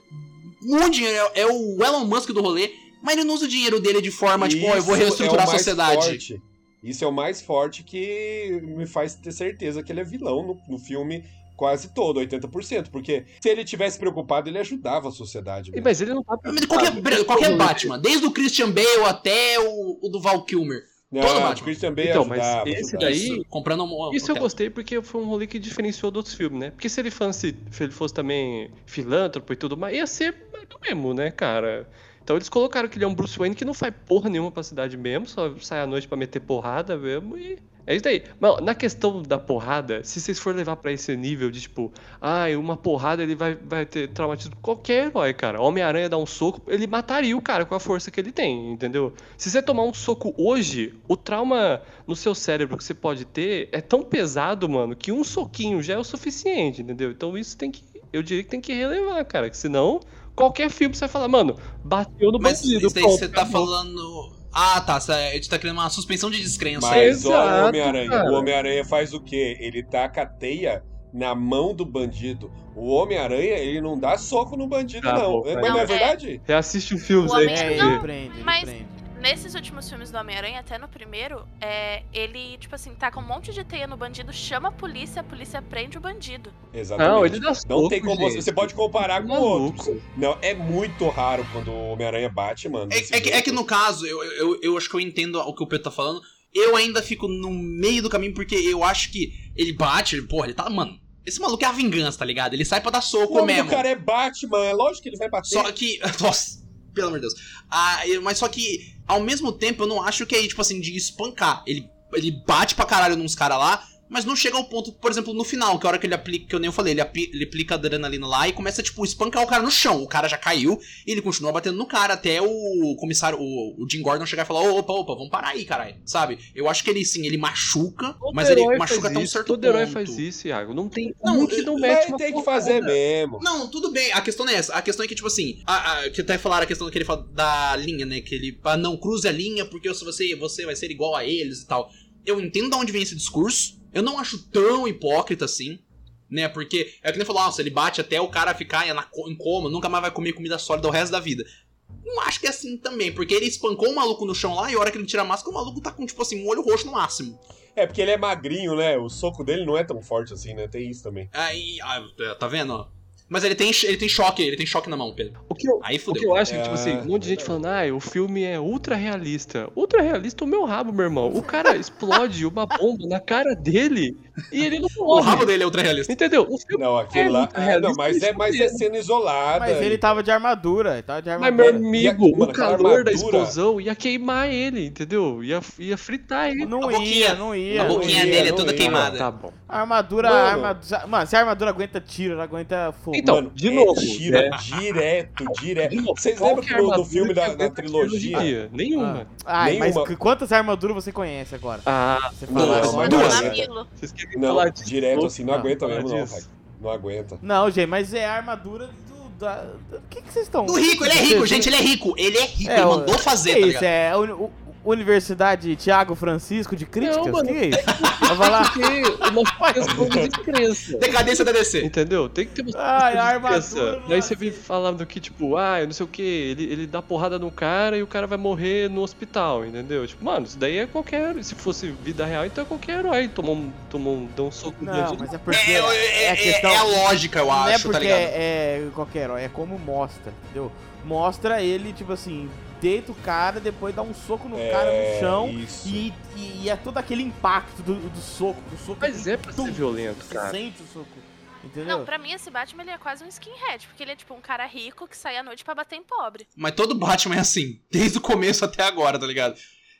B: muito dinheiro, é, é o Elon Musk do rolê, mas ele não usa o dinheiro dele de forma, tipo, ó, eu
C: Isso
B: vou
C: é
B: reestruturar
C: o
B: a
C: mais
B: sociedade.
C: forte. Isso é o mais forte que me faz ter certeza que ele é vilão no, no filme quase todo, 80%. Porque se ele tivesse preocupado, ele ajudava a sociedade.
E: E,
C: mesmo.
E: Mas ele não tá
B: Mas
C: Ah,
B: Qualquer, beleza, qualquer Batman, desde o Christian Bale até o, o do Val Kilmer.
C: Não,
B: todo
C: o
B: Batman.
C: Christian Bale
E: Então, mas
C: ajudava.
E: esse
C: ajudava.
E: daí-
B: Isso, comprando um.
E: Isso eu
B: aquela-
E: gostei porque foi um rolê que diferenciou de outros filmes, né? Porque se ele fosse, se ele fosse também filântropo e tudo mais, ia ser mais do mesmo, né, cara? Então eles colocaram que ele é um Bruce Wayne que não faz porra nenhuma pra cidade mesmo, só sai à noite pra meter porrada mesmo e. É isso daí. Mas na questão da porrada, se vocês forem levar pra esse nível de tipo, ah, uma porrada ele vai, vai ter traumatismo. Qualquer herói, cara. Homem-Aranha dá um soco, ele mataria o cara com a força que ele tem, entendeu? Se você tomar um soco hoje, o trauma no seu cérebro que você pode ter é tão pesado, mano, que um soquinho já é o suficiente, entendeu? Então isso tem que. Eu diria que tem que relevar, cara. Que senão, qualquer filme você vai falar, mano, bateu no
B: Mas
E: bandido.
B: isso daí
E: pronto,
B: você tá
E: acabou.
B: falando. Ah, tá. Você a gente tá criando uma suspensão de descrença. aí.
C: Mas olha o
E: Exato,
C: Homem-Aranha.
E: cara.
C: O Homem-Aranha faz o quê? Ele taca a teia na mão do bandido. O Homem-Aranha, ele não dá soco no bandido,
E: Tá
C: não.
E: bom,
C: Mas
E: cara.
C: não é
D: Não,
C: verdade?
E: Reassiste os filmes
D: O
E: aí.
D: Homem-
E: que-
A: É,
D: Não,
A: ele prende, ele
D: mas-
A: prende.
D: Nesses últimos filmes do Homem-Aranha, até no primeiro, é, ele, tipo assim, tá com um monte de teia no bandido, chama a polícia, a polícia prende o bandido.
C: Exatamente.
E: Não, ele dá
C: Não
E: soco,
C: tem como você.
E: gente.
C: Você pode comparar com
E: Maluco.
C: outros. Não, é muito raro quando o Homem-Aranha bate, mano.
B: É, é que, é que no caso, eu, eu, eu acho que eu entendo o que o Pedro tá falando. Eu ainda fico no meio do caminho, porque eu acho que ele bate, ele, porra, ele tá. Mano, esse maluco é a vingança, tá ligado? Ele sai pra dar
C: O
B: soco
C: nome do
B: mesmo.
C: cara é Batman, é lógico que ele vai bater.
B: Só que. Nossa, pelo amor de Deus. Ah, eu- mas só que, ao mesmo tempo, eu não acho que é, tipo assim, de espancar. Ele, ele bate pra caralho nos caras lá, mas não chega ao ponto, por exemplo, no final, que é a hora que ele aplica, que eu nem falei, ele, api- ele aplica a adrenalina lá e começa, tipo, espancar o cara no chão. O cara já caiu e ele continua batendo no cara até o comissário, o, o Jim Gordon chegar e falar: "Ô, opa, opa, vamos parar aí, caralho. Sabe? Eu acho que ele, sim, ele machuca,
E: Todo
B: mas ele
E: herói
B: machuca
E: faz
B: até um
E: isso,
B: certo
E: Todo
B: ponto.
E: herói faz isso, Iago. Não tem
B: Não,
E: um que não
C: Mas
E: mete
C: ele
E: uma
C: tem que
E: porrada.
C: fazer mesmo.
B: Não, tudo bem. A questão não é essa. A questão é que, tipo assim, a, a- que até falaram a questão que ele fala da linha, né? Que ele. Ah, não, cruze a linha, porque se você, você vai ser igual a eles e tal. Eu entendo de onde vem esse discurso. Eu não acho tão hipócrita assim. Né, porque é que nem falou, nossa, ele bate até o cara ficar na co- em coma, nunca mais vai comer comida sólida o resto da vida. Não acho que é assim também, porque ele espancou o maluco no chão lá e a hora que ele tira a máscara, o maluco tá com, tipo assim, um olho roxo no máximo.
C: É porque ele é magrinho, né? O soco dele não é tão forte assim, né? Tem isso também.
B: Aí, ah, tá vendo? ó? Mas ele tem, ele tem choque, ele tem choque na mão, Pedro.
E: O que eu,
B: Aí
E: o
B: fudeu.
E: que eu acho que, tipo
C: É,
E: assim, um monte de
C: verdade.
E: gente falando, ah, o filme é ultra realista. Ultra realista o meu rabo, meu irmão. O cara explode uma bomba na cara dele e ele não
B: O
E: morre.
B: rabo dele é ultra realista.
E: Entendeu? O filme
C: Não, aquele
E: É
C: lá.
E: muito
C: Ah,
E: realista,
C: não, mas é,
E: isso
C: mas é
E: mesmo.
C: cena isolada.
A: Mas ele tá- tava de armadura, ele tava de
E: Mas,
A: armadura.
E: é meu
C: E a-
E: amigo,
C: mano,
E: o
C: aquela
E: calor da
C: armadura-
E: explosão ia queimar ele, entendeu? Ia, ia fritar ele.
A: Não
B: A boquinha-
A: ia, não ia.
B: A
A: não ia.
B: boquinha dele é
C: não
B: toda
C: ia.
B: queimada.
E: Tá bom.
A: A armadura, a
C: Mano.
A: armadura. Mano, se a armadura aguenta tiro, ela aguenta fogo.
E: Então, de novo,
C: é Tira,
E: né?
C: Direto, direto.
E: De novo,
C: Vocês
E: qual
C: lembram
E: que é a
C: do- do
E: armadura
C: filme
E: que
C: da-
E: aguenta
C: da trilogia?
E: aquilo hoje em dia? Nenhuma.
A: Ah, ai, mas
C: nenhuma.
A: que- quantas armaduras você conhece agora?
E: Ah,
A: Você
B: Duas.
A: fala agora?
B: Duas.
D: Mamilo.
E: vocês querem
C: Não,
E: falar disso?
C: direto assim, não
A: Não,
C: aguenta
E: falar
C: mesmo, não,
E: disso.
C: Raik. Não aguenta.
A: Não, gente, mas é a armadura do. Da... do- O que que vocês estão.
B: Do rico, ele é rico, gente, ele é rico. Ele é rico, ele
A: o-
B: mandou
A: que
B: fazer,
A: é
B: tá
A: isso?
B: ligado?
A: É uni- u- Universidade Tiago Francisco de Críticas?
E: Não, mano.
A: que é isso? Eu vou lá.
E: Porque o nosso é um de descrença.
B: Decadência da DC.
E: Entendeu? Tem que ter uma
A: É. Ai, a
E: certa
A: armadura
E: diferença.
A: do
E: Daí você
A: Brasil.
E: vem falando que, tipo, ah, eu não sei o que, ele, ele dá porrada no cara e o cara vai morrer no hospital, entendeu? Tipo, mano, isso daí é qualquer. Se fosse vida real, então é qualquer herói. Tomou um, tomou um, deu um soco no
A: Não,
E: bandido.
A: mas é porque.
B: É, é,
A: é a
B: é-
A: questão.
B: é a lógica, eu
A: não é
B: acho, tá
A: porque
B: ligado?
A: é, é qualquer herói, é como mostra, entendeu? Mostra ele, tipo assim, deita o cara, depois dá um soco no
B: É,
A: cara no chão.
C: É, Isso.
A: E, e, e é todo aquele impacto do, do soco, do soco.
E: Mas é pra ser
A: Tum,
E: violento,
A: Você
E: cara.
A: sente o soco. Entendeu?
D: Não, pra mim esse Batman ele é quase um skinhead, porque ele é tipo um cara rico que sai à noite pra bater em pobre.
B: Mas todo Batman é assim, desde o começo até agora, tá ligado?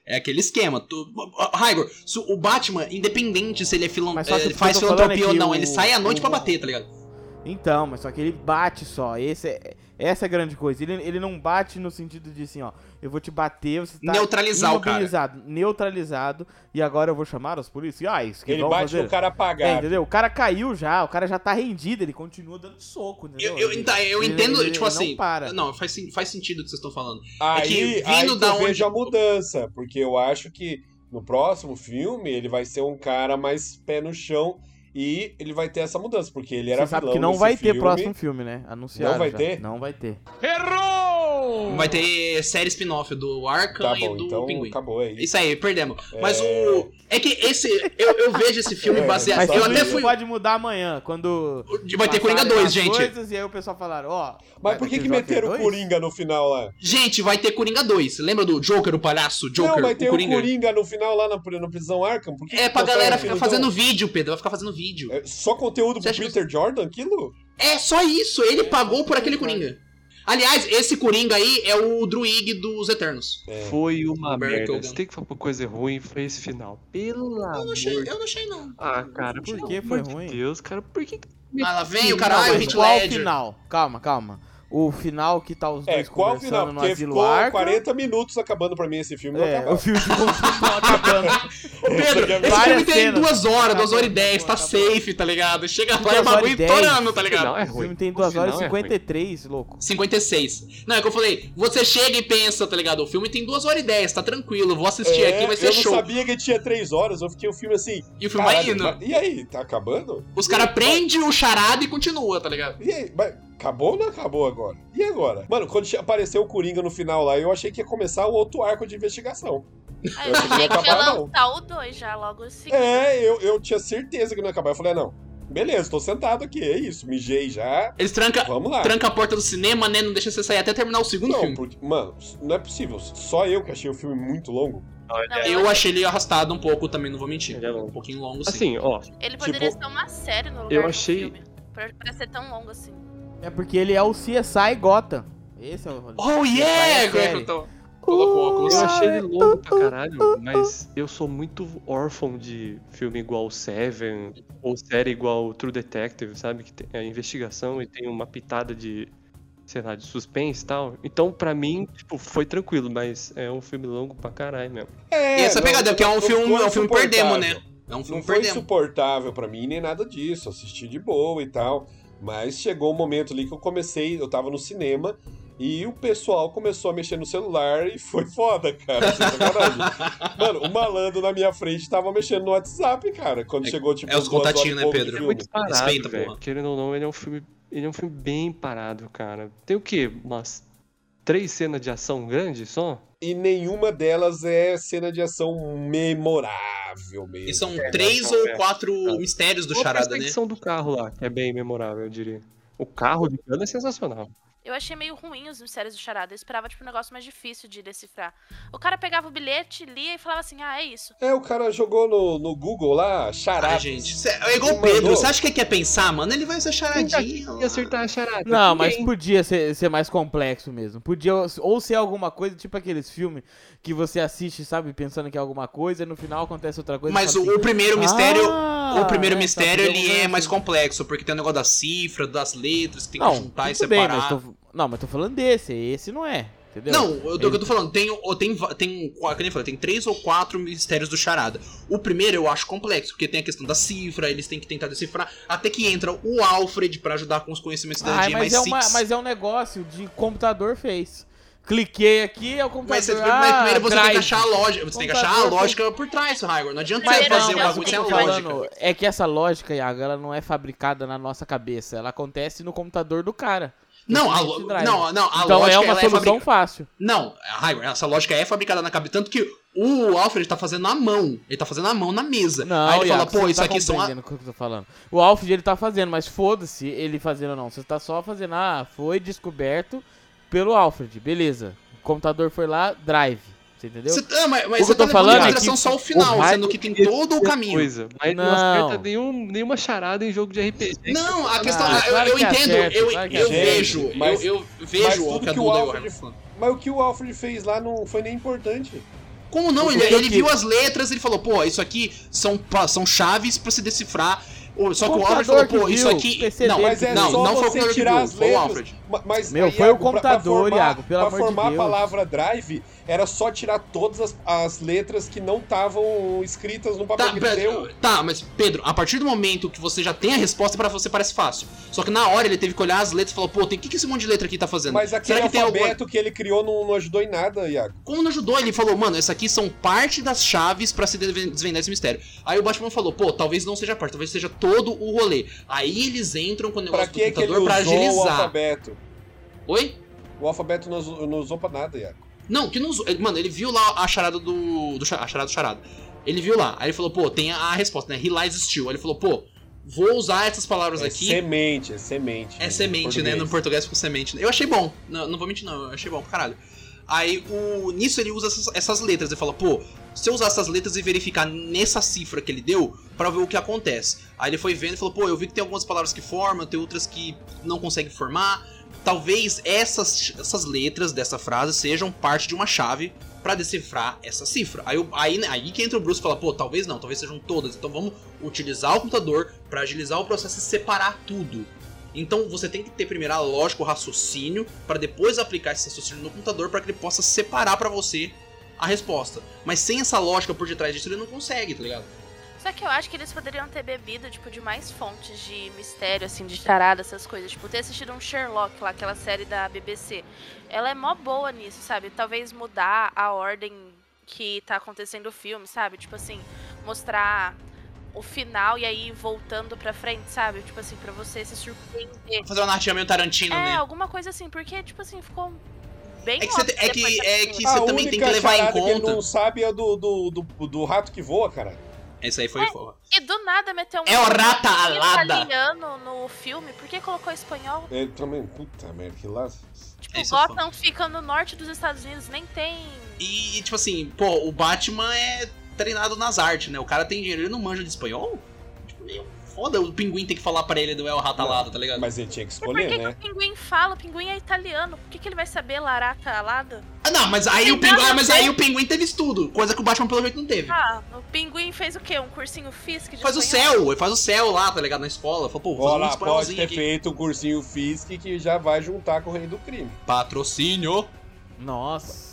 B: É aquele esquema. Tu... Ah, Raigor, se o Batman, independente se ele é filan...
A: Mas só que
B: eh,
A: o que eu
B: faz
A: tô falando
B: filantropia
A: é
B: ou
A: que
B: não,
A: o-
B: ele sai à noite pra
A: o-
B: bater, tá ligado?
A: Então, mas só que ele bate só. Esse é- essa é a grande coisa. Ele, ele não bate no sentido de assim, ó, eu vou te bater, você tá
B: Neutralizar o cara.
A: imobilizado, neutralizado, e agora eu vou chamar os policiais que
C: Ele
A: vão
C: bate
A: fazer.
C: no cara
A: É,
C: apagado.
A: entendeu? O cara caiu já, o cara já tá rendido, ele continua dando soco, entendeu?
B: Eu, eu,
A: Ele-
B: então, eu
A: ele-
B: entendo,
A: ele
B: tipo assim.
A: Não para.
B: Não, faz, sen- faz sentido o que vocês estão falando. É que
C: Aí,
B: vindo
C: aí que
B: da
C: eu
B: onde-
C: vejo a mudança, porque eu acho que no próximo filme ele vai ser um cara mais pé no chão e ele vai ter essa mudança, porque ele era
A: Você sabe
C: vilão
A: que não
C: nesse
A: vai ter
C: filme.
A: próximo filme, né? Anunciaram.
C: Não vai
A: já.
C: ter?
A: Não vai ter. Hum.
E: Errou!
B: Vai ter série spin-off do Arkham
C: Tá
B: e
C: bom,
B: do
C: então
B: Pinguim.
C: acabou aí.
B: Isso aí, perdemos. Mas
C: É.
B: o. É que esse. Eu, eu vejo esse filme
C: É,
B: baseado.
A: Mas
C: só
B: Eu
A: tudo
B: até
A: isso
B: fui.
A: pode mudar amanhã, quando.
B: Vai ter Coringa
A: passarem
B: 2,
A: as
B: gente.
A: coisas, e aí o pessoal falaram, ó. vai
C: Mas por
A: ter
C: que, que
A: Joker
C: meteram o
A: 2?
C: Coringa no final lá?
B: Gente, vai ter Coringa 2. Lembra do Joker, o palhaço? Joker,
C: não, vai ter um
B: o Coringa?
C: no final lá na, na prisão Arkham? Por que
B: É
C: que
B: pra
C: botaram
B: galera
C: aquilo,
B: ficar
C: então?
B: fazendo vídeo, Pedro. Vai ficar fazendo vídeo.
C: É só conteúdo
B: Você
C: pro
B: acha que
C: Peter Jordan, aquilo?
B: É só isso. Ele pagou por aquele Coringa. Aliás, esse Coringa aí é o Druig dos Eternos.
E: Foi uma
B: Barry
E: merda.
B: Keoghan.
E: Se tem que falar uma coisa ruim, foi esse final. Pelo
B: Eu não
E: amor
B: achei, eu não achei, não.
E: Ah, cara,
A: Por
E: pelo
A: que
E: amor
A: foi
E: de
A: ruim?
E: Deus, cara, por que. que-
B: Ah, lá vem o
A: Não,
B: caralho,
A: mas
B: Hit
A: qual
B: Ledger.
A: final? Calma, calma. O final que tá os
C: É,
A: dois
C: qual o
A: conversando
C: final?
A: no
C: Porque
A: asilo
C: ficou
A: Arkham.
C: 40 minutos acabando pra mim esse filme. não
A: É,
C: acabava.
A: o filme ficou não acabando.
B: Ô, Pedro,
C: Isso aqui é
B: esse filme
A: várias
B: tem
A: cenas.
B: duas horas,
A: Tá
B: duas horas e
A: bom,
B: dez, tá
A: tá bom.
B: safe, tá ligado? Chega
A: Duas
B: lá, o bagulho
A: horas e dez.
B: torando, tá ligado?
E: Final é
A: O filme
E: ruim.
A: tem 2 horas e
E: final é ruim.
A: 53, louco.
B: 56. Não, é que eu falei, você chega e pensa, tá ligado? O filme tem 2 horas e 10, tá tranquilo, eu vou assistir
C: É,
B: aqui, vai
C: eu
B: ser show.
C: não sabia que tinha três horas, eu fiquei o filme assim.
B: E o filme vai
C: Caralho,
B: Tá indo.
C: mas- e aí, tá acabando?
B: Os caras prendem o charada e continua, tá ligado?
C: E aí, mas acabou ou não acabou agora? E agora? Mano, quando che- apareceu o Coringa no final lá, eu achei que ia começar o outro arco de investigação.
D: Ah,
C: Eu achei
D: eu
C: que
D: achei
C: não
D: que ia
C: acabava, não.
D: lançar o 2 já logo assim.
C: É, eu, eu tinha certeza que não ia acabar. Eu falei, ah, não, beleza, tô sentado aqui, é isso, mijei já,
B: Eles trancam
C: vamos lá.
B: tranca a porta do cinema, né? Não deixa você sair até terminar o segundo
C: Ah. Não,
B: filme.
C: porque, mano, não é possível. Só eu que achei o filme muito longo.
D: Não,
B: Eu achei ele arrastado um pouco também, não vou mentir.
E: Ele é
B: Um
E: longo.
B: pouquinho longo, sim.
E: Assim, ó,
D: Ele poderia
C: tipo,
D: ser uma série no lugar
E: eu
D: de um
E: achei-
D: filme. Pra, pra ser tão longo assim.
A: É porque ele é o CSI Gotham. Esse é o rolê.
B: Oh
A: Parece
B: yeah! Como é que
A: série.
B: eu tô? Colocou o óculos.
E: eu achei ele longo pra caralho, mas eu sou muito órfão de filme igual Seven, ou série igual True Detective, sabe? Que tem a investigação e tem uma pitada de, sei lá, de suspense e tal. Então, pra mim, tipo, foi tranquilo, mas é um filme longo pra caralho mesmo.
C: É,
B: E essa
C: não,
B: pegada, porque é um
C: não
B: filme,
C: foi
B: é um filme perdemos,
C: suportável.
B: né? É um filme
C: Não foi
B: perdemos.
C: insuportável pra mim, nem nada disso. Assisti de boa e tal. Mas chegou um momento ali que eu comecei, eu tava no cinema e o pessoal começou a mexer no celular e foi foda, cara. sem sacanagem. Mano, o malandro na minha frente tava mexendo no WhatsApp, cara. Quando
B: É-
C: chegou, tipo,
B: é os
C: duas horas e
B: contatinhos, né,
C: pouco de
B: Pedro?
E: Ele é
C: filme.
E: muito parado,
B: Respeita,
E: velho.
B: porra.
E: Querendo ou não, ele é um filme. Ele é um filme bem parado, cara. Tem o quê? Umas três cenas de ação grande só?
C: E nenhuma delas é cena de ação memorável mesmo.
B: E são três ou quatro
C: Tá.
B: mistérios do
E: Só a
B: charada, né?
E: perseguição do carro lá, que é bem memorável, eu diria. O carro de cano é sensacional.
D: Eu achei meio ruim os mistérios do charada. Eu esperava, tipo, um negócio mais difícil de decifrar. O cara pegava o bilhete, lia e falava assim, ah, é isso.
C: É, o cara jogou no, no Google lá, charada.
B: Ai, gente. cê- É igual o
C: Mandou.
B: Pedro. Você acha que ele quer pensar, mano? Ele vai ser charadinho.
E: E acertar a charada.
A: Não, mas
E: Ninguém.
A: podia ser, ser mais complexo mesmo. Podia ou ser alguma coisa, tipo aqueles filmes que você assiste, sabe, pensando que é alguma coisa, e no final acontece outra coisa. assim,
B: Mas
A: sabe,
B: o, o primeiro mistério.
A: Ah,
B: o primeiro
A: é,
B: mistério,
A: sabe,
B: ele
A: alguma
B: é
A: coisa
B: mais
A: assim.
B: complexo, porque tem o negócio da cifra, das letras, que tem
A: Não,
B: que juntar e
A: tudo bem,
B: separar.
A: mas tô, não, mas tô falando desse. Esse não é, entendeu?
B: Não, eu, do que eu tô falando, tem, o- tem, va- tem, qua- que nem eu falei, tem três ou quatro mistérios do charada. O primeiro eu acho complexo, porque tem a questão da cifra, eles têm que tentar decifrar, até que entra o Alfred pra ajudar com os conhecimentos da
A: Ai,
B: Jay mais
A: mas, é uma,
B: Six.
A: mas é um negócio de computador fez. Cliquei aqui, é o computador.
B: Mas você-
A: ah,
B: mas primeiro você tem que
A: drive.
B: achar a lógica. Você tem que achar a
A: Computador
B: lógica por trás, Raigor. Não adianta
D: Mas é
B: você fazer
D: não,
B: um
D: mas
B: bagulho
D: o que
B: sem a
D: eu tô
B: lógica.
A: é que essa lógica, Iago, ela não é fabricada na nossa cabeça. Ela acontece no computador do cara.
B: Não, a,
A: Drive.
B: lo- não, não, a
A: então
B: lógica
A: é uma
B: ela
A: solução
B: fabrica-
A: fácil.
B: Não, Raigor, essa lógica é fabricada na cabeça. Tanto que o Alfred tá fazendo na mão. Ele tá fazendo na mão na mesa.
A: Não,
B: Aí ele
A: Iago,
B: fala,
A: você
B: pô,
A: não
B: isso
A: tá
B: aqui são. a-
A: compreendendo o que eu tô falando. O Alfred ele tá fazendo, mas foda-se ele fazendo ou não. Você tá só fazendo, ah, foi descoberto pelo Alfred, beleza. O computador foi lá, drive. Você entendeu?
B: Cê- ah, mas, mas
A: O que
B: você
A: eu tô
B: tá levando em
A: falando é
B: consideração
A: que
B: só o final,
E: raio
B: sendo que tem
A: tipo
B: todo é o caminho.
E: Coisa, mas não,
A: Não.
E: acerta nenhum, nenhuma charada em jogo de RPG.
B: Não, a questão.
A: Ah,
B: eu-
A: claro
B: eu
A: que
B: entendo,
A: acerta,
B: eu,
A: claro que é
B: eu
C: acerta.
B: vejo, eu-
C: Mas-
B: eu,
C: mas
B: vejo
C: tudo
B: o que é
C: que
B: a
C: o
B: Duda e o
C: Alfred
B: Raigor falando.
C: Mas o que o Alfred fez lá não foi nem importante.
B: Como não? Ele,
A: Porque
B: ele
A: o quê?
B: viu as letras, ele falou, pô, isso aqui são, pa- são chaves pra se decifrar. O- Só que o Alfred
A: computador
B: falou,
A: que
B: pô, isso
A: viu,
B: aqui.
A: PC
B: não,
A: dele
C: Mas é
B: não,
C: só
B: não foi o
C: você
B: computador que
C: tirar
B: viu,
C: as
B: foi o
C: letras.
B: Alfred.
C: Ma- Mas,
A: Meu,
C: ah,
A: foi o computador, Iago, pelo
C: pra
A: amor de
C: formar
A: Deus.
C: a palavra drive, era só tirar todas as, as letras que não estavam escritas no papel
B: Tá,
C: que
B: Pedro,
C: deu.
B: tá, mas Pedro, a partir do momento que você já tem a resposta pra você parece fácil. Só que na hora ele teve que olhar as letras e falou, pô, tem o que, que esse monte de letra aqui tá fazendo?
C: Mas aquele
B: Será que tem alguma...
C: alfabeto que ele criou não, não ajudou em nada, Iago.
B: Como não ajudou, ele falou, mano, essa aqui são parte das chaves pra se desven- desvendar esse mistério. Aí o Batman falou, pô, talvez não seja parte, talvez seja todo o rolê. Aí eles entram com o negócio
C: Pra que,
B: do
C: que ele
B: um computador pra
C: usou o
B: agilizar.
C: alfabeto?
B: Oi?
C: O alfabeto não, usou- não usou pra nada, Iago.
B: Não, que não usou. ele- Mano, ele viu lá a charada do. do cha- a charada do charada. Ele viu lá. Aí ele falou, pô, tem a, a resposta, né? He lies still. Aí ele falou, pô, vou usar essas palavras
C: É
B: aqui.
C: semente, é semente.
B: É
C: em
B: semente, né?
C: português.
B: No português ficou semente. Eu achei bom. Não, não vou mentir, não. Eu achei bom pra caralho. Aí, o, nisso ele usa essas, essas letras. Ele fala, pô, se eu usar essas letras e verificar nessa cifra que ele deu, pra ver o que acontece. Aí ele foi vendo e falou, pô, eu vi que tem algumas palavras que formam, tem outras que não conseguem formar. Talvez essas, essas letras dessa frase sejam parte de uma chave pra decifrar essa cifra. Aí, o- aí, né, aí que entra o Bruce e fala, pô, talvez não, talvez sejam todas. Então vamos utilizar o computador pra agilizar o processo e separar tudo. Então você tem que ter primeiro a lógica, o raciocínio, para depois aplicar esse raciocínio no computador para que ele possa separar para você a resposta. Mas sem essa lógica por detrás disso, ele não consegue, tá ligado?
D: Só que eu acho que eles poderiam ter bebido, tipo, de mais fontes de mistério, assim, de charada, essas coisas. Tipo, ter assistido um Sherlock lá, aquela série da BBC. Ela é mó boa nisso, sabe? Talvez mudar a ordem que tá acontecendo o filme, sabe? Tipo assim, mostrar o final e aí voltando pra frente, sabe? Tipo assim, pra você se surpreender.
B: Fazer uma narrativa meio Tarantino,
D: É,
B: né?
D: alguma coisa assim, porque, tipo assim, ficou bem
B: É que você
D: óbvio
B: te- é que-
D: depois da
B: é
D: primeira.
B: que
C: A
B: Você
C: única
B: também tem que levar em
C: charada que ele
B: conta.
C: não sabe é do, do, do, do rato que voa, cara.
B: Esse aí foi foda.
D: E do nada meteu um
B: É o rata alada.
D: italiano no filme, por que colocou espanhol?
C: Ele também. Puta merda, que lá.
D: Tipo,
B: Isso é
D: Gotham fica no norte dos Estados Unidos, nem tem.
B: E, tipo assim, pô, o Batman é treinado nas artes, né? O cara tem dinheiro, ele não manja de espanhol? Tipo, meio foda o pinguim tem que falar pra ele do El Ratalado, tá ligado?
C: Mas ele tinha que
D: E por que,
C: escolher,
D: que
C: né?
D: o pinguim fala? O pinguim é italiano. Por que, que ele vai saber larata alada?
B: Ah, não, mas aí o
D: Tem nada
B: pinguim,
D: a
B: ah, mas
D: ver.
B: aí o pinguim teve estudo, coisa que o Batman pelo jeito não teve.
D: Ah, o pinguim fez o quê? Um cursinho Fisk de
B: Faz o
D: espanhol?
B: céu, ele faz o céu lá, tá ligado? Na escola. Fala, pô, vou fazer
C: Olha
B: um
C: lá, pode
B: espanholzinho
C: ter
B: aqui.
C: feito um cursinho Fisk que já vai juntar com o rei do crime.
B: Patrocínio.
A: Nossa.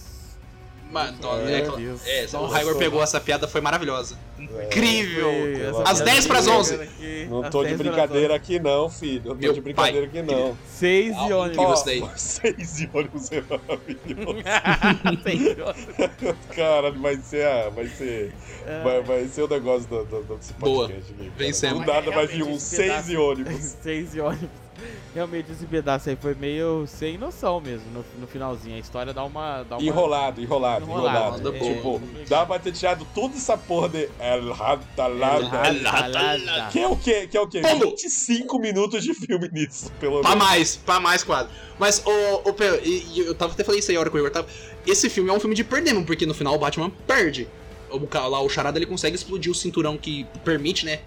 B: Mano, então,
C: Meu É,
B: é, aquela-
A: Deus.
B: é, só o
A: Nossa,
B: Raigor
A: mano.
B: pegou essa piada, foi maravilhosa. Incrível!
A: Foi-
C: Às
A: essa
B: 10 pras
A: piada
B: 11.
A: aqui,
C: É. Não
A: às
C: tô de
A: 10 pras
C: brincadeira aqui, não, filho. Não tô
B: Meu
C: de brincadeira aqui, não.
A: 11. Seis e
B: Ah, incrível.
A: ônibus.
B: isso daí.
C: Vocês olham o seu é maravilhoso.
A: Seis e ônibus.
C: Cara, vai ser, a- vai ser,
A: Ah,
C: vai, vai ser o negócio do, do, do- desse
B: Boa.
C: podcast. aqui, cara.
B: Vencemos.
C: Do nada vai vir
A: Realmente,
C: uns
A: esse
C: 6
A: pedaço-
C: e ônibus.
A: Seis e ônibus. Realmente esse pedaço aí foi meio sem noção mesmo no, no finalzinho. A história dá uma. Dá uma...
C: Enrolado, enrolado,
A: Enrolado,
C: enrolado.
B: é.
C: Tipo, dá pra ter tirado toda essa porra de. El Ratalada.
A: Enrolada.
C: Que é o quê? Que é o quê?
B: Pombo.
C: 25 minutos de filme nisso, pelo
B: Pra
C: menos.
B: mais, pra mais quase. Mas, ô, ô Pedro, e- e eu tava até falando isso aí a hora que o Igor tava. Esse filme é um filme de perder, mano, porque no final o Batman perde. O, ca- lá, o Charada ele consegue explodir o cinturão que permite, né?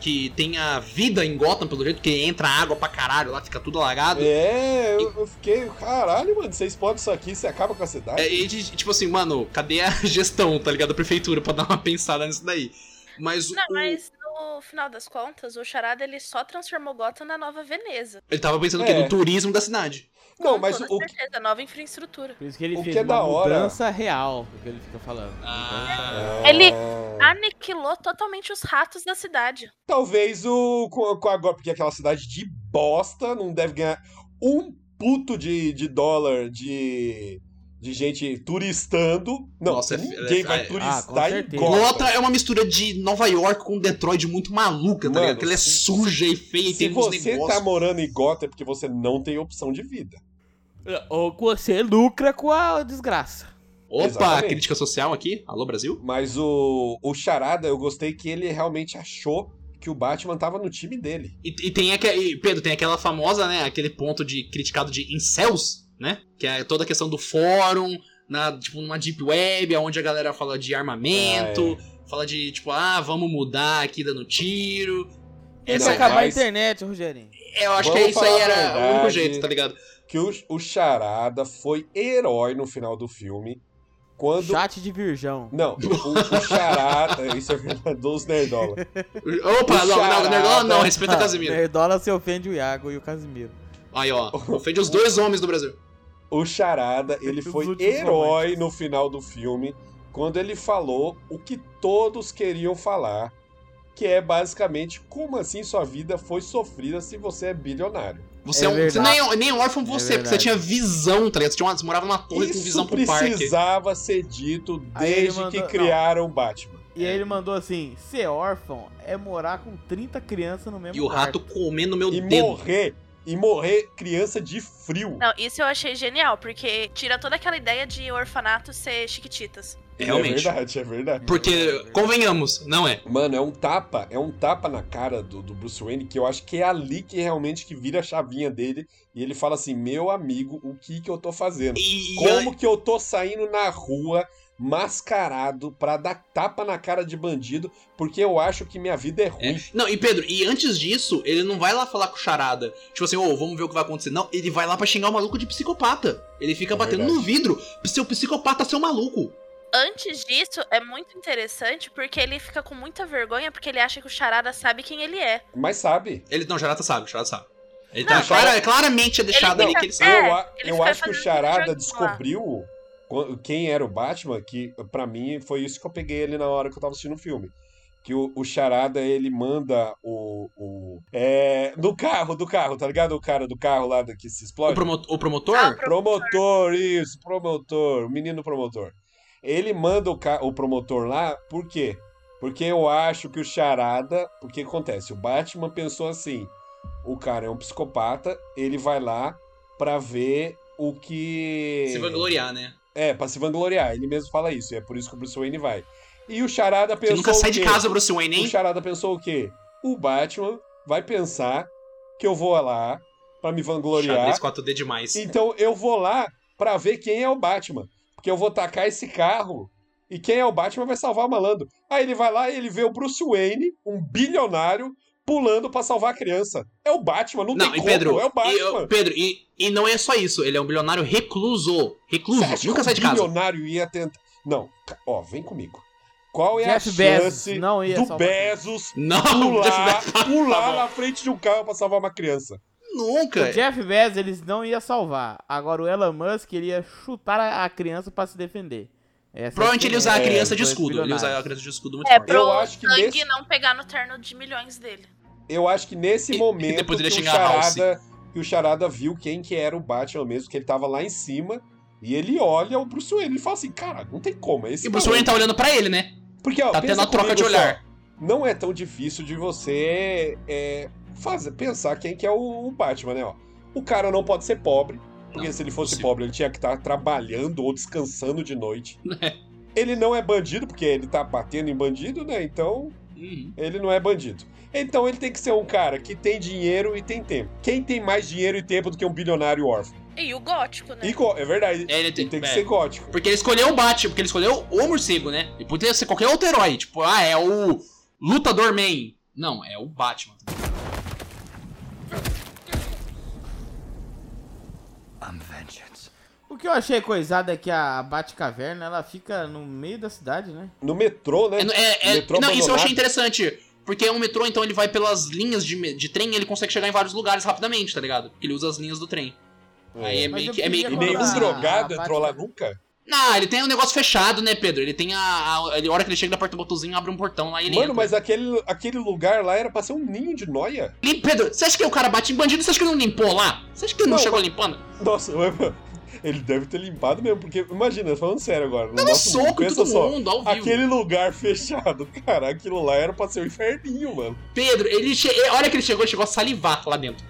B: Que tenha vida em Gotham, pelo jeito, que entra água pra caralho lá, fica tudo alagado.
C: É, eu, eu fiquei. Caralho, mano, vocês podem isso aqui, você acaba com a cidade.
B: É, e de- tipo assim, mano, cadê a gestão, tá ligado? Da prefeitura, pra dar uma pensada nisso daí. Mas,
D: Não,
B: o,
D: mas no final das contas, o Charada ele só transformou Gotham na nova Veneza.
B: ele tava pensando o quê?
C: É.
B: No turismo da cidade.
C: não,
D: Com
C: mas
D: toda
C: o,
D: certeza, nova infraestrutura.
A: Por isso que ele
C: O
A: fez
C: que é
A: uma
C: da hora-
A: mudança real, o que ele fica falando.
B: Ah.
A: Mudança real.
D: Ele-
C: Ah,
D: Aniquilou totalmente os ratos da cidade.
C: Talvez o. Com, com agora, porque aquela cidade de bosta não deve ganhar um puto de, de dólar de. De gente turistando. Não,
B: Nossa, é-
C: ninguém
B: é-
C: vai
B: ah,
A: com
C: turistar em
A: certeza.
C: Gotham.
B: Gotham é uma mistura de Nova York com Detroit muito maluca, tá
C: Mano,
B: ligado? Porque ela é
C: se-
B: suja e feia e
C: Se
B: tem uns
C: você tá
B: negócios.
C: morando em Gotham é porque você não tem opção de vida.
A: Ou que você lucra com a desgraça.
B: Opa,
C: Exatamente.
B: crítica social aqui. Alô, Brasil?
C: Mas o, o Charada, eu gostei que ele realmente achou que o Batman tava no time dele.
B: E, e tem aque- e, Pedro, tem aquela famosa, né? Aquele ponto de criticado de incels, né? Que é toda a questão do fórum, na, tipo, numa deep web, onde a galera fala de
C: Ah, é.
B: armamento, fala de, tipo, ah, vamos mudar aqui dando tiro.
A: Tem que
C: É, Não,
A: acabar
C: mas-
A: a internet, Rogerinho.
B: É, eu acho
C: Vamos
B: que isso aí
C: falar a
B: era o único
C: verdade.
B: jeito, tá ligado?
C: Que o, o Charada foi herói no final do filme. Quando.
A: Chat de virgão.
C: Não, o, o Charada. isso é verdade, dos Nerdola.
B: Opa, não, não,
C: Charada.
B: Nerdola não,
C: Ah,
B: respeita o Casimiro.
A: Nerdola se ofende o Iago e o Casimiro.
B: Aí, ó, ofende os dois homens do Brasil.
C: O Charada, ele
A: Os
C: foi
A: últimos
C: herói no final do filme quando ele falou o que todos queriam falar, que é basicamente como assim sua vida foi sofrida se você é bilionário.
B: Você,
A: É
B: é um, você
A: verdade.
B: nem, é- nem é órfão você, porque você
A: verdade.
B: tinha visão, tá ligado? Você, tinha uma, você morava numa torre com
C: Isso
B: visão pro parque.
C: precisava ser dito
A: Aí ele
C: desde
A: mandou-
C: que criaram o Batman.
A: E aí ele mandou assim: ser órfão é morar com 30 crianças no mesmo
B: E o rato
A: quarto."
B: comendo meu
C: E
B: dedo.
C: morrer, e morrer criança de frio.
D: Não, isso eu achei genial, porque tira toda aquela ideia de orfanato ser chiquititas.
B: É, realmente.
C: É verdade, é verdade.
B: Porque, convenhamos, não é.
C: Mano, é um tapa, é um tapa na cara do, do Bruce Wayne que eu acho que é ali que realmente que vira a chavinha dele e ele fala assim, meu amigo, o que que eu tô fazendo?
B: E,
C: Como que eu tô saindo na rua mascarado pra dar tapa na cara de bandido porque eu acho que minha vida é ruim?
B: Não, e Pedro, e antes disso, ele não vai lá falar com o Charada, tipo assim, ô, vamos ver o que vai acontecer. Não, ele vai lá pra xingar o maluco de psicopata. Ele fica
C: É
B: batendo no vidro, seu psicopata, seu maluco.
D: Antes disso, é muito interessante porque ele fica com muita vergonha porque ele acha que o Charada sabe quem ele é.
C: Mas sabe,
B: Ele, não, o Charada sabe, o Charada sabe. Ele
D: Não,
B: tá
D: o
B: clara-
C: Charada-
B: claramente é deixado
D: Ele
B: ali
D: fica-
B: que ele sabe.
D: É,
C: eu, a-
D: ele
C: eu
D: fica
C: acho que o
D: fazendo
C: Charada
D: joguinho
C: descobriu qu- quem era o Batman, que pra mim foi isso que eu peguei ali na hora que eu tava assistindo o filme. Que o, o Charada, ele manda o. o é, no carro, do carro, tá ligado? O cara do carro lá da- que se
B: O,
C: explode.
B: promo- o promotor?
D: Ah, o pro-
C: Promotor, isso, promotor, o menino promotor. Ele manda o, ca- o promotor lá, por quê? Porque eu acho que o Charada. O que acontece? O Batman pensou assim: o cara é um psicopata, ele vai lá pra ver o que.
B: Se vangloriar, né?
C: É, pra se vangloriar. Ele mesmo fala isso, e é por isso que o Bruce Wayne vai. E o Charada
B: Você
C: pensou.
B: nunca sai
C: o
B: de
C: quê?
B: casa, Bruce Wayne,
C: O
B: hein?
C: Charada pensou o quê? O Batman vai pensar que eu vou lá pra me vangloriar.
B: Xadrez 4D demais.
C: Então eu vou lá pra ver quem é o Batman. Porque eu vou tacar esse carro e quem é o Batman vai salvar o malandro. Aí ele vai lá e ele vê o Bruce Wayne, um bilionário, pulando pra salvar a criança. É o Batman, não,
B: Não,
C: tem
B: e
C: como,
B: Pedro,
C: é o
B: e, eu-
C: Batman.
B: Pedro e, e não é só isso, ele é um bilionário recluso. Recluso,
C: Você acha que
B: nunca
C: um
B: sai de casa.
C: bilionário ia tentar... Não, ca- ó, vem comigo. Qual é
A: Jeff
C: a
A: Bezos,
C: chance
A: não ia
C: do
A: salvar a criança.
C: Bezos
B: Não, tá
C: pular, pular
B: bom.
C: na frente de um carro pra salvar uma criança?
B: nunca.
C: é
A: O Jeff Bezos eles não ia salvar. Agora o Elon Musk queria chutar a, a criança pra se defender. Essa
B: Provavelmente ele usar a
C: É,
B: criança de
A: dois
B: escudo. Ele
A: bilionários.
B: usar a criança de escudo muito
D: É,
B: forte.
D: pro
C: Eu acho que
D: sangue
C: nesse-
D: não pegar no terno de milhões dele.
C: Eu acho que nesse
B: E- e
C: momento
B: depois ele
C: que o
B: chega a House.
C: Charada, que o Charada viu quem que era o Batman mesmo, que ele tava lá em cima, e ele olha o Bruce Wayne e fala assim, cara, não tem como, é esse
B: E o Bruce
C: maluco."
B: Wayne tá olhando pra ele, né?
C: Porque, ó,
B: Tá
C: pensa
B: tendo a troca
C: comigo
B: de
C: só,
B: olhar.
C: não é tão difícil de você é, fazer, pensar quem que é o, o Batman, né? Ó. O cara não pode ser pobre, porque
B: Não,
C: se ele fosse
B: impossível.
C: pobre ele tinha que estar trabalhando ou descansando de noite. ele não é bandido, porque ele tá batendo em bandido, né? Então...
B: Uhum.
C: Ele não é bandido. Então ele tem que ser um cara que tem dinheiro e tem tempo. Quem tem mais dinheiro e tempo do que um bilionário órfão?
D: E o gótico, né?
C: E go- é verdade.
B: É, ele tem,
C: Ele tem que
B: é.
C: ser gótico.
B: Porque ele escolheu o Batman, porque ele escolheu o morcego, né? E poderia ser qualquer outro herói. Tipo, ah, é o Lutador Man. Não, é o Batman.
A: O que eu achei coisado é que a Batcaverna ela fica no meio da cidade, né?
C: No metrô, né?
B: É, é- é-
C: Metrô
B: não, isso eu
C: abandonado.
B: achei interessante. Porque é um metrô, então ele vai pelas linhas de, me- de trem e ele consegue chegar em vários lugares rapidamente, tá ligado? Porque ele usa as linhas do trem. Aí é
A: Mas
B: meio
A: eu
B: que. É meio
A: queria
C: E
B: que
A: comprar-
C: nenhum
A: Quando a-
C: drogado
A: a
C: entrou lá
A: Batman-
C: nunca?
B: Não, ele tem um negócio fechado, né, Pedro? Ele tem a. a, ele- a hora que ele chega na porta do botãozinho, abre um portão lá e ele.
C: Mano,
B: entra.
C: mas aquele, aquele lugar lá era pra ser um ninho de noia.
B: Lim- Pedro, você acha que o cara bate em bandido? Você acha que ele não limpou lá? Você acha que ele não,
C: Não,
B: chegou
C: mas-
B: limpando?
C: Nossa, mano, ele deve ter limpado mesmo, porque imagina, falando sério agora. No
B: Dando
C: nosso mundo,
B: um soco em
C: pensa
B: todo
C: só.
B: mundo, ao vivo.
C: Aquele lugar fechado, cara, aquilo lá era pra ser um inferninho, mano.
B: Pedro, ele che... olha que ele chegou, ele chegou a salivar lá dentro.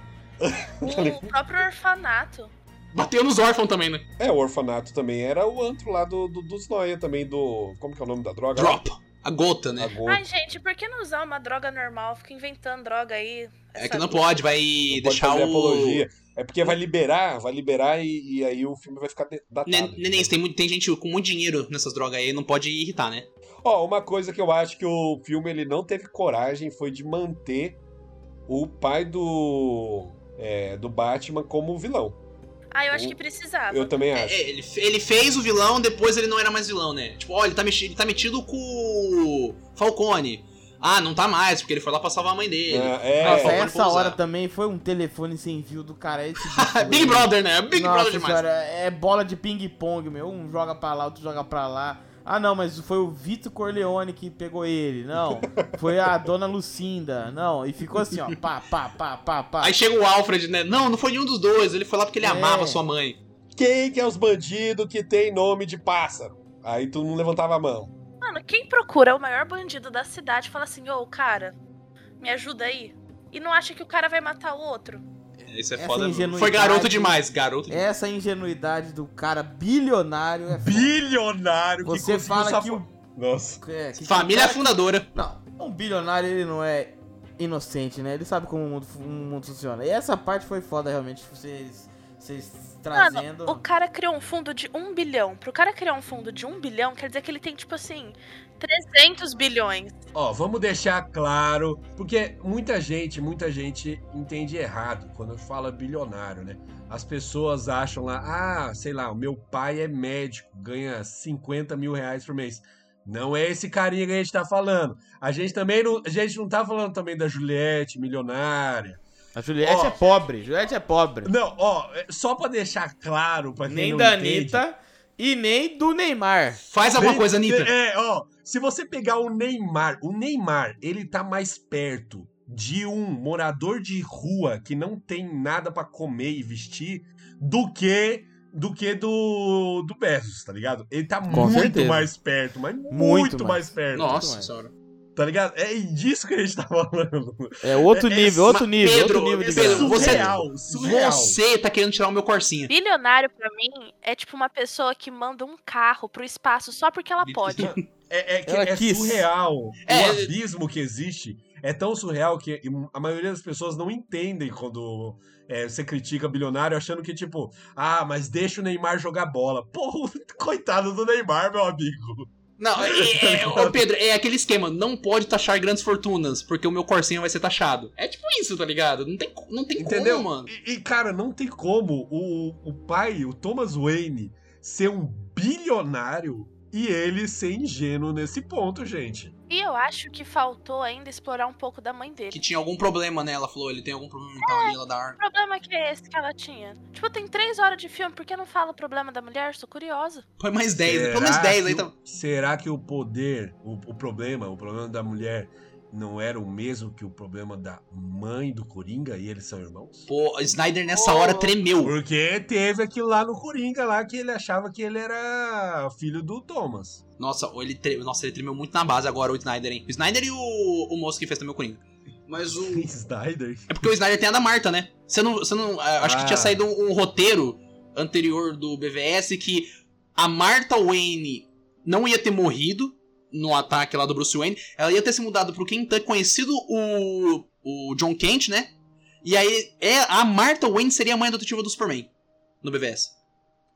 D: O próprio orfanato.
B: Bateu nos órfãos também, né?
C: É, o orfanato também era o antro lá do, do- dos Noia também, do. Como que é o nome da droga?
B: Drop. A gota,
C: A
B: né?
C: Gol.
D: Ai, gente, por que não usar uma droga normal? Fica inventando droga aí.
B: É
D: essa
B: que não pode, vai
C: Não
B: deixar
C: pode fazer
B: o.
C: apologia. É porque vai liberar, vai liberar e, e aí o filme vai ficar de- datado.
B: Nen- Neném, Né, tem, muito- tem gente com muito dinheiro nessas drogas aí, não pode irritar, né?
C: Ó, uma coisa que eu acho que o filme ele não teve coragem foi de manter o pai do. é, do Batman como vilão.
D: droga. Ah, eu acho que precisava.
F: Eu também
B: É,
F: acho.
B: é, ele, fe- ele fez o vilão, depois ele não era mais vilão, né? Tipo, ó, ele tá, mexi- ele tá metido com o Falcone. Ah, não tá mais, porque ele foi lá pra salvar a mãe dele.
C: Ah,
F: É,
A: Nossa,
B: Falcone
A: essa
B: foi usar.
A: hora também foi um telefone sem fio do cara. Esse bicho aí.
B: Big Brother, né? Big
A: Nossa
B: Brother demais.
A: senhora, é bola de ping-pong, meu. Um joga pra lá, outro joga pra lá. Ah, não, mas foi o Vitor Corleone que pegou ele. Não, foi a dona Lucinda. Não, e ficou assim, ó. Pá, pá, pá, pá, pá.
B: Aí chega o Alfred, né? Não, não foi nenhum dos dois, ele foi lá porque ele
A: É.
B: amava sua mãe.
F: Quem que é os bandidos que tem nome de pássaro? Aí todo mundo levantava a mão.
D: Mano, quem procura o maior bandido da cidade fala assim, ô, cara, me ajuda aí. E não acha que o cara vai matar o outro.
B: É, Isso é
A: Essa
B: foda. mesmo. Foi
A: ingenuidade- É,
B: garoto demais, garoto demais.
A: Essa ingenuidade do cara bilionário é foda.
F: Bilionário
A: Você
F: conseguiu
A: fala
F: safar-
A: que o.
F: Nossa.
A: É, que-
B: Família
A: que-
B: fundadora.
A: Não, um bilionário ele não é inocente, né? Ele sabe como o mundo, fu- o mundo funciona. E essa parte foi foda, realmente. Vocês, vocês trazendo.
D: Mano, o cara criou um fundo de um bilhão. Pro cara criar um fundo de um bilhão, quer dizer que ele tem, tipo assim, 300 bilhões.
C: Ó, vamos deixar claro, porque muita gente, muita gente entende errado quando fala bilionário, né? As pessoas acham lá, ah, sei lá, o meu pai é médico, ganha 50 mil reais por mês. Não é esse carinha que a gente tá falando. A gente também não, a gente não tá falando também da Juliette, milionária.
A: A Juliette
C: Ó.
A: é pobre. Juliette é pobre.
C: Não, ó, é só pra deixar claro pra quem
A: nem
C: não
A: da
C: entende,
A: Anitta e nem do Neymar.
B: Faz alguma
C: Bem-
B: coisa, Anitta.
C: É, ó. Se você pegar o Neymar, o Neymar, ele tá mais perto de um morador de rua que não tem nada pra comer e vestir do que do que do do Bezos, tá ligado? Ele tá muito
A: certeza.
C: mais perto, mas muito,
A: mais.
C: mais. perto,
B: Nossa
A: Muito
B: senhora.
C: tá ligado? É disso que a gente tá falando.
A: É outro
C: É- é
A: nível,
C: ma-
A: outro nível, outro
B: Pedro,
A: nível de
B: Pedro,
A: grana.
B: você-
C: surreal, surreal.
B: Você tá querendo tirar o meu corsinha.
D: Bilionário, pra mim, é tipo uma pessoa que manda um carro pro espaço só porque ela pode.
C: É, é que-
A: Ela
C: é
A: quis.
C: surreal.
B: É.
C: O abismo que existe é tão surreal que a maioria das pessoas não entendem quando é, você critica bilionário achando que, tipo, ah, mas deixa o Neymar jogar bola. Porra, coitado do Neymar, meu amigo.
B: Não,
C: Tá
B: é, é- ô, Pedro, é aquele esquema, não pode taxar grandes fortunas, porque o meu corsinha vai ser taxado. É tipo isso, tá ligado? Não tem, co- não tem
C: Entendeu?
B: como, mano.
C: E, e, cara, não tem como o, o pai, o Thomas Wayne, ser um bilionário e ele ser ingênuo nesse ponto, gente.
D: E eu acho que faltou ainda explorar um pouco da mãe dele.
B: Que tinha algum problema, né? Ela falou, ele tem algum problema mental ali, ela dá ar.
D: Que problema que é esse que ela tinha? Tipo, tem três horas de filme, por que não fala o problema da mulher? Sou curiosa.
B: Põe mais 10, né?
C: Será
B: Põe mais 10 aí,
C: que
B: tá...
C: o- Será que o poder, o, o problema, o problema da mulher não era o mesmo que o problema da mãe do Coringa e eles são irmãos?
B: Pô, Snyder nessa hora tremeu.
C: Porque teve aquilo lá no Coringa lá que ele achava que ele era filho do Thomas.
B: Nossa, ou ele, tre... Nossa, ele tremeu muito na base agora, o Snyder, hein? O Snyder e o, o moço que fez também o Coringa. Mas o...
C: Snyder.
B: É porque o Snyder tem a da Marta, né? Você não. Você não ah, acho que
C: Ah.
B: tinha saído um, um roteiro anterior do BVS que a Marta Wayne não ia ter morrido no ataque lá do Bruce Wayne. Ela ia ter se mudado pro Kentucky, conhecido o. o John Kent, né? E aí é, a Marta Wayne seria a mãe adotiva do Superman no BVS.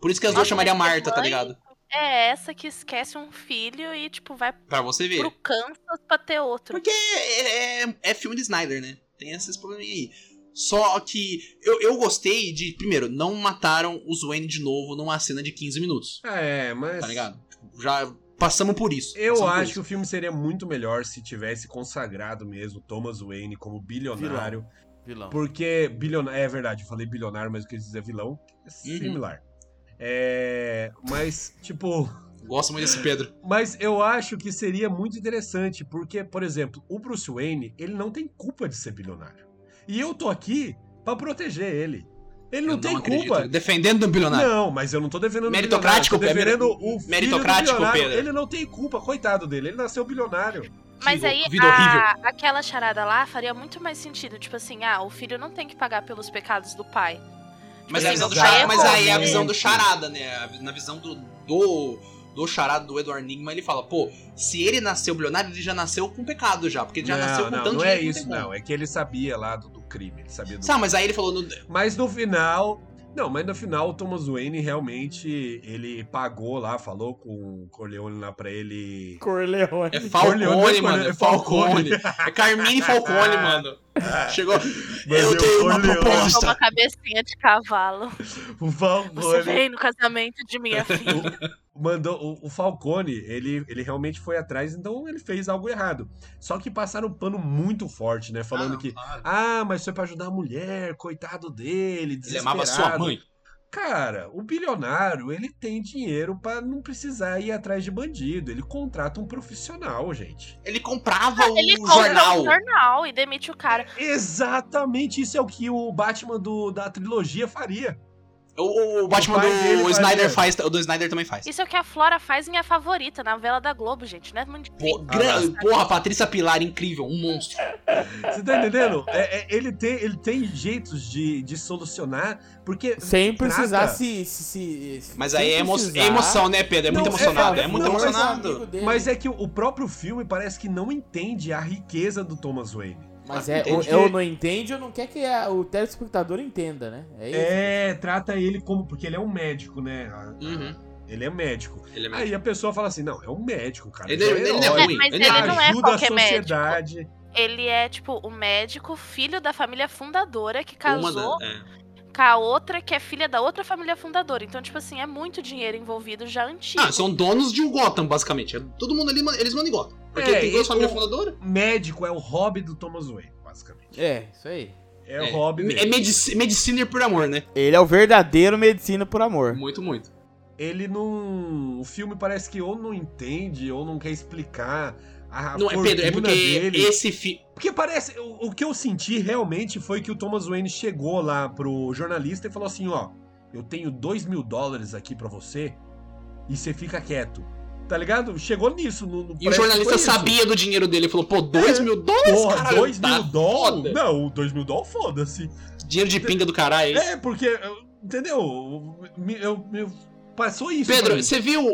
B: Por isso que as duas
D: Nossa,
B: chamariam
D: mas que
B: Marta, tá
D: mãe?
B: ligado?
D: É essa que esquece um filho e, tipo, vai
B: Pra você ver.
D: pro Kansas pra ter outro.
B: Porque é, é- é filme de Snyder, né? Tem esses probleminha aí. Só que eu, eu gostei de, primeiro, não mataram os Wayne de novo numa cena de 15 minutos.
C: Ah, é, mas.
B: Tá ligado? Tipo, Já passamos por isso.
C: Eu
B: passamos por
C: acho que
B: isso.
C: o filme seria muito melhor se tivesse consagrado mesmo Thomas Wayne como bilionário.
A: Vilão.
C: Porque bilionário. É verdade, eu falei bilionário, mas o que eu quis dizer é vilão. É similar. É. Mas, tipo.
B: Gosto muito desse Pedro.
C: Mas eu acho que seria muito interessante, porque, por exemplo, o Bruce Wayne, ele não tem culpa de ser bilionário. E eu tô aqui pra proteger ele. Ele não
B: Eu
C: tem
B: acredito.
C: culpa.
B: Defendendo o bilionário.
C: Não, mas eu não tô defendendo o
B: Meritocrático,
C: bilionário, eu tô
B: é
C: defendendo o filho
B: meritocrático,
C: do bilionário.
B: Pedro.
C: Ele não tem culpa, coitado dele. Ele nasceu bilionário.
D: Mas
B: Que
D: aí,
B: vida
D: a-
B: horrível.
D: aquela charada lá faria muito mais sentido. Tipo assim, ah, o filho não tem que pagar pelos pecados do pai.
B: Mas, é a visão do
D: Exatamente.
B: charada, mas aí é a visão do charada, né? A vi- Na visão do, do, do charada, do Edward Nigma, ele fala, pô, se ele nasceu bilionário, ele já nasceu com pecado já. Porque ele já
C: não,
B: nasceu com um
C: não,
B: tanto
C: não é
B: dinheiro né? que
C: isso,
B: tem como.
C: não. É que ele sabia lá do, do crime. Ele sabia do
B: Sabe, mas aí ele falou, no-
C: Mas no final, Não, mas no final o Thomas Wayne realmente ele pagou lá, falou com o Corleone lá pra ele.
A: Corleone.
B: É Falcone,
C: Corleone,
B: mano. É Falcone. É Carmine Falcone, mano.
C: É.
B: Chegou.
C: Mas
B: Eu
C: eu
B: tenho uma
C: olhei, ó.
D: Com
B: proposta.
D: é uma cabecinha de cavalo.
C: O
B: né?
D: Você
C: Falcone.
D: vem no casamento de minha filha.
C: Mandou, o, o Falcone, ele, ele realmente foi atrás, então ele fez algo errado. Só que passaram um pano muito forte, né?
B: Ah,
C: Falando
B: não,
C: que.
B: claro.
C: Ah, mas foi pra ajudar a mulher, coitado dele,
B: Ele
C: desesperado.
B: amava sua mãe.
C: Cara, o bilionário, ele tem dinheiro pra não precisar ir atrás de bandido. Ele contrata um profissional, gente.
B: Ele comprava o
D: Ah, Ele compra
B: jornal.
D: um jornal e demite o cara.
C: Exatamente isso é o que o Batman do, da trilogia faria.
B: O, o Batman
C: O pai dele
B: do
C: fazia.
B: Snyder faz. O do Snyder também faz.
D: Isso é o que a Flora faz em A Favorita, na novela da Globo, gente. Não é muito
B: Pô,
D: difícil.
C: Ah,
B: gran- Porra, Patrícia Pilar, incrível, um monstro.
C: Você tá entendendo? É- é- ele, tem, ele tem jeitos de, de solucionar, porque.
A: Sem precisar
C: Trata.
A: se, se, se-
B: Mas
A: sem
B: aí é, emo-
A: precisar-
B: é emoção, né, Pedro? É
C: Não,
B: muito
C: é-
B: emocionado. É,
C: é-
B: muito
C: não, mas-
B: emocionado.
C: Mas é que o próprio filme parece que não entende a riqueza do Thomas Wayne.
A: Mas é,
C: Entende
A: ou,
C: que-
A: é ou não entende ou não quer que a- o telespectador entenda, né? É isso.
C: É, trata ele como. Porque ele é um médico, né?
B: Uhum.
C: Ele é médico.
B: Ele é meio-
C: Aí a pessoa fala assim: não, é um médico, cara.
B: Ele-
C: é um
B: ele não é
C: herói,
B: ruim,
D: mas
B: ele
D: ele,
B: é
D: não é
C: ajuda a
D: qualquer médico.
C: sociedade.
D: Ele é, tipo, o médico, filho da família fundadora que
B: Uma
D: casou
B: da- é.
D: com a outra, que é filha da outra família fundadora. Então, tipo assim, é muito dinheiro envolvido já antigo.
B: Ah, são donos de um Gotham, basicamente. É- Todo mundo ali, manda- eles mandam em Gotham. Porque
C: É,
B: tem duas
C: e
B: famílias
C: o-
B: fundadoras.
C: médico é o hobby do Thomas Wayne, basicamente.
A: É, isso aí.
C: É, o hobby
B: É
C: dele.
B: medici medicina por amor, né?
A: Ele é o verdadeiro medicina por amor.
B: Muito, muito.
C: Ele não. O filme parece que ou não entende ou não quer explicar a
B: não é, Pedro,
C: fortuna
B: é porque
C: dele.
B: esse fi...
C: Porque parece. O, o que eu senti realmente foi que o Thomas Wayne chegou lá pro jornalista e falou assim: ó, eu tenho dois mil dólares aqui pra você e você fica quieto. Tá ligado? Chegou nisso. No, no-
B: E o
C: parece que foi
B: jornalista
C: isso.
B: sabia do dinheiro dele. Falou, pô, dois
C: É.
B: mil dólares,
C: Porra,
B: caralho,
C: dois
B: tá
C: mil dólares?
B: foda.
C: Não, dois mil dólares foda-se.
B: Dinheiro de pinga do caralho.
C: É, porque, eu- entendeu? Me- eu- eu- passou isso. pra
B: Pedro,
C: mim.
B: você viu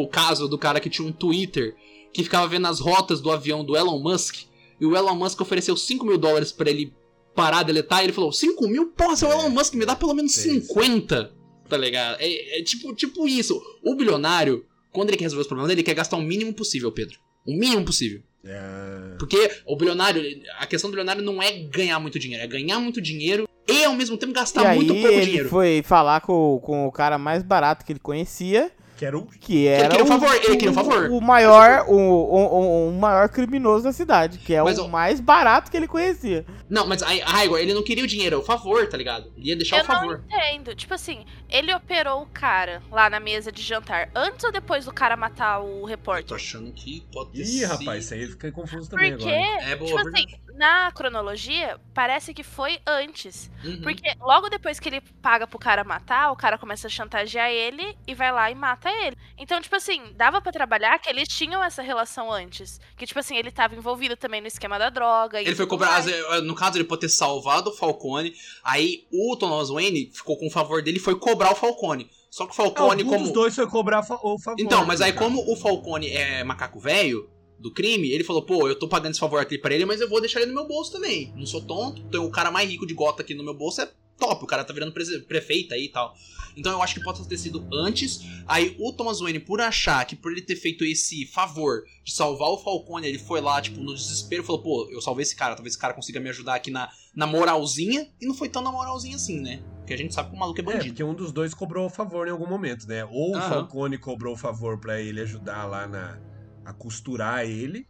B: o caso do cara que tinha um Twitter que ficava vendo as rotas do avião do Elon Musk? E o Elon Musk ofereceu 5 mil dólares pra ele parar, deletar, e ele falou: 5 mil? Porra, seu
C: É,
B: Elon Musk me dá pelo menos
C: é isso.
B: 50. Tá ligado? É, é tipo, tipo isso. O bilionário, quando ele quer resolver os problemas dele, ele quer gastar o mínimo possível, Pedro. O mínimo possível.
C: É,
B: Porque o bilionário, a questão do bilionário não é ganhar muito dinheiro, é ganhar muito dinheiro e ao mesmo tempo
A: e
B: gastar
A: aí
B: tá muito pouco
A: ele
B: dinheiro.
A: foi falar com, com o cara mais barato que ele conhecia,
C: quero um.
A: que era
B: queria um
A: o-
B: favor, ele queria um
A: o-
B: favor.
A: O maior, o, o, o- o maior criminoso da cidade, que é
B: Mas,
A: o
B: ó,
A: mais barato que ele conhecia.
B: Não, mas aí, ah, Igor, ele não queria o dinheiro, é o favor, tá ligado? Ele ia deixar
D: Eu
B: o
D: não
B: favor.
D: entendo. Tipo assim, ele operou o cara lá na mesa de jantar, antes ou depois do cara matar o
B: Tô
D: repórter?
B: achando que pode ter
C: Ih,
B: sido-
C: rapaz, isso aí fica confuso também
D: Porque,
C: agora.
B: É boa,
D: tipo assim,
B: verdade.
D: na cronologia, parece que foi antes.
B: Uhum.
D: Porque logo depois que ele paga pro cara matar, o cara começa a chantagear ele e vai lá e mata ele. Então, tipo assim, dava pra trabalhar que eles tinham essa relação antes. Que, tipo assim, ele tava envolvido também no esquema da droga. e
B: Ele foi
D: tudo
B: cobrar, eh,
D: mais.
B: no caso, ele pode ter salvado o Falcone. Aí o Thomas Wayne ficou com o favor dele e foi cobrar o Falcone. Só que o Falcone,
C: Algum um dos
B: como.
C: dois foi cobrar fa- o favor.
B: Então, mas aí,
C: cara.
B: como o Falcone é macaco velho do crime, ele falou: pô, eu tô pagando esse favor aqui pra ele, mas eu vou deixar ele no meu bolso também. Não sou tonto, tem o cara mais rico de gota aqui no meu bolso, é top. O cara tá virando prese- prefeito aí e tal. Então eu acho que pode ter sido antes. Aí o Thomas Wayne, por achar que por ele ter feito esse favor de salvar o Falcone, ele foi lá, tipo, no desespero, falou: pô, eu salvei esse cara, talvez esse cara consiga me ajudar aqui na, na moralzinha. E não foi tão na moralzinha assim, né? Porque a gente sabe que o maluco é
C: É,
B: bandido.
C: porque um dos dois cobrou o favor em algum momento, né? Ou o
B: Aham.
C: Falcone cobrou o favor pra ele ajudar lá na. a costurar ele,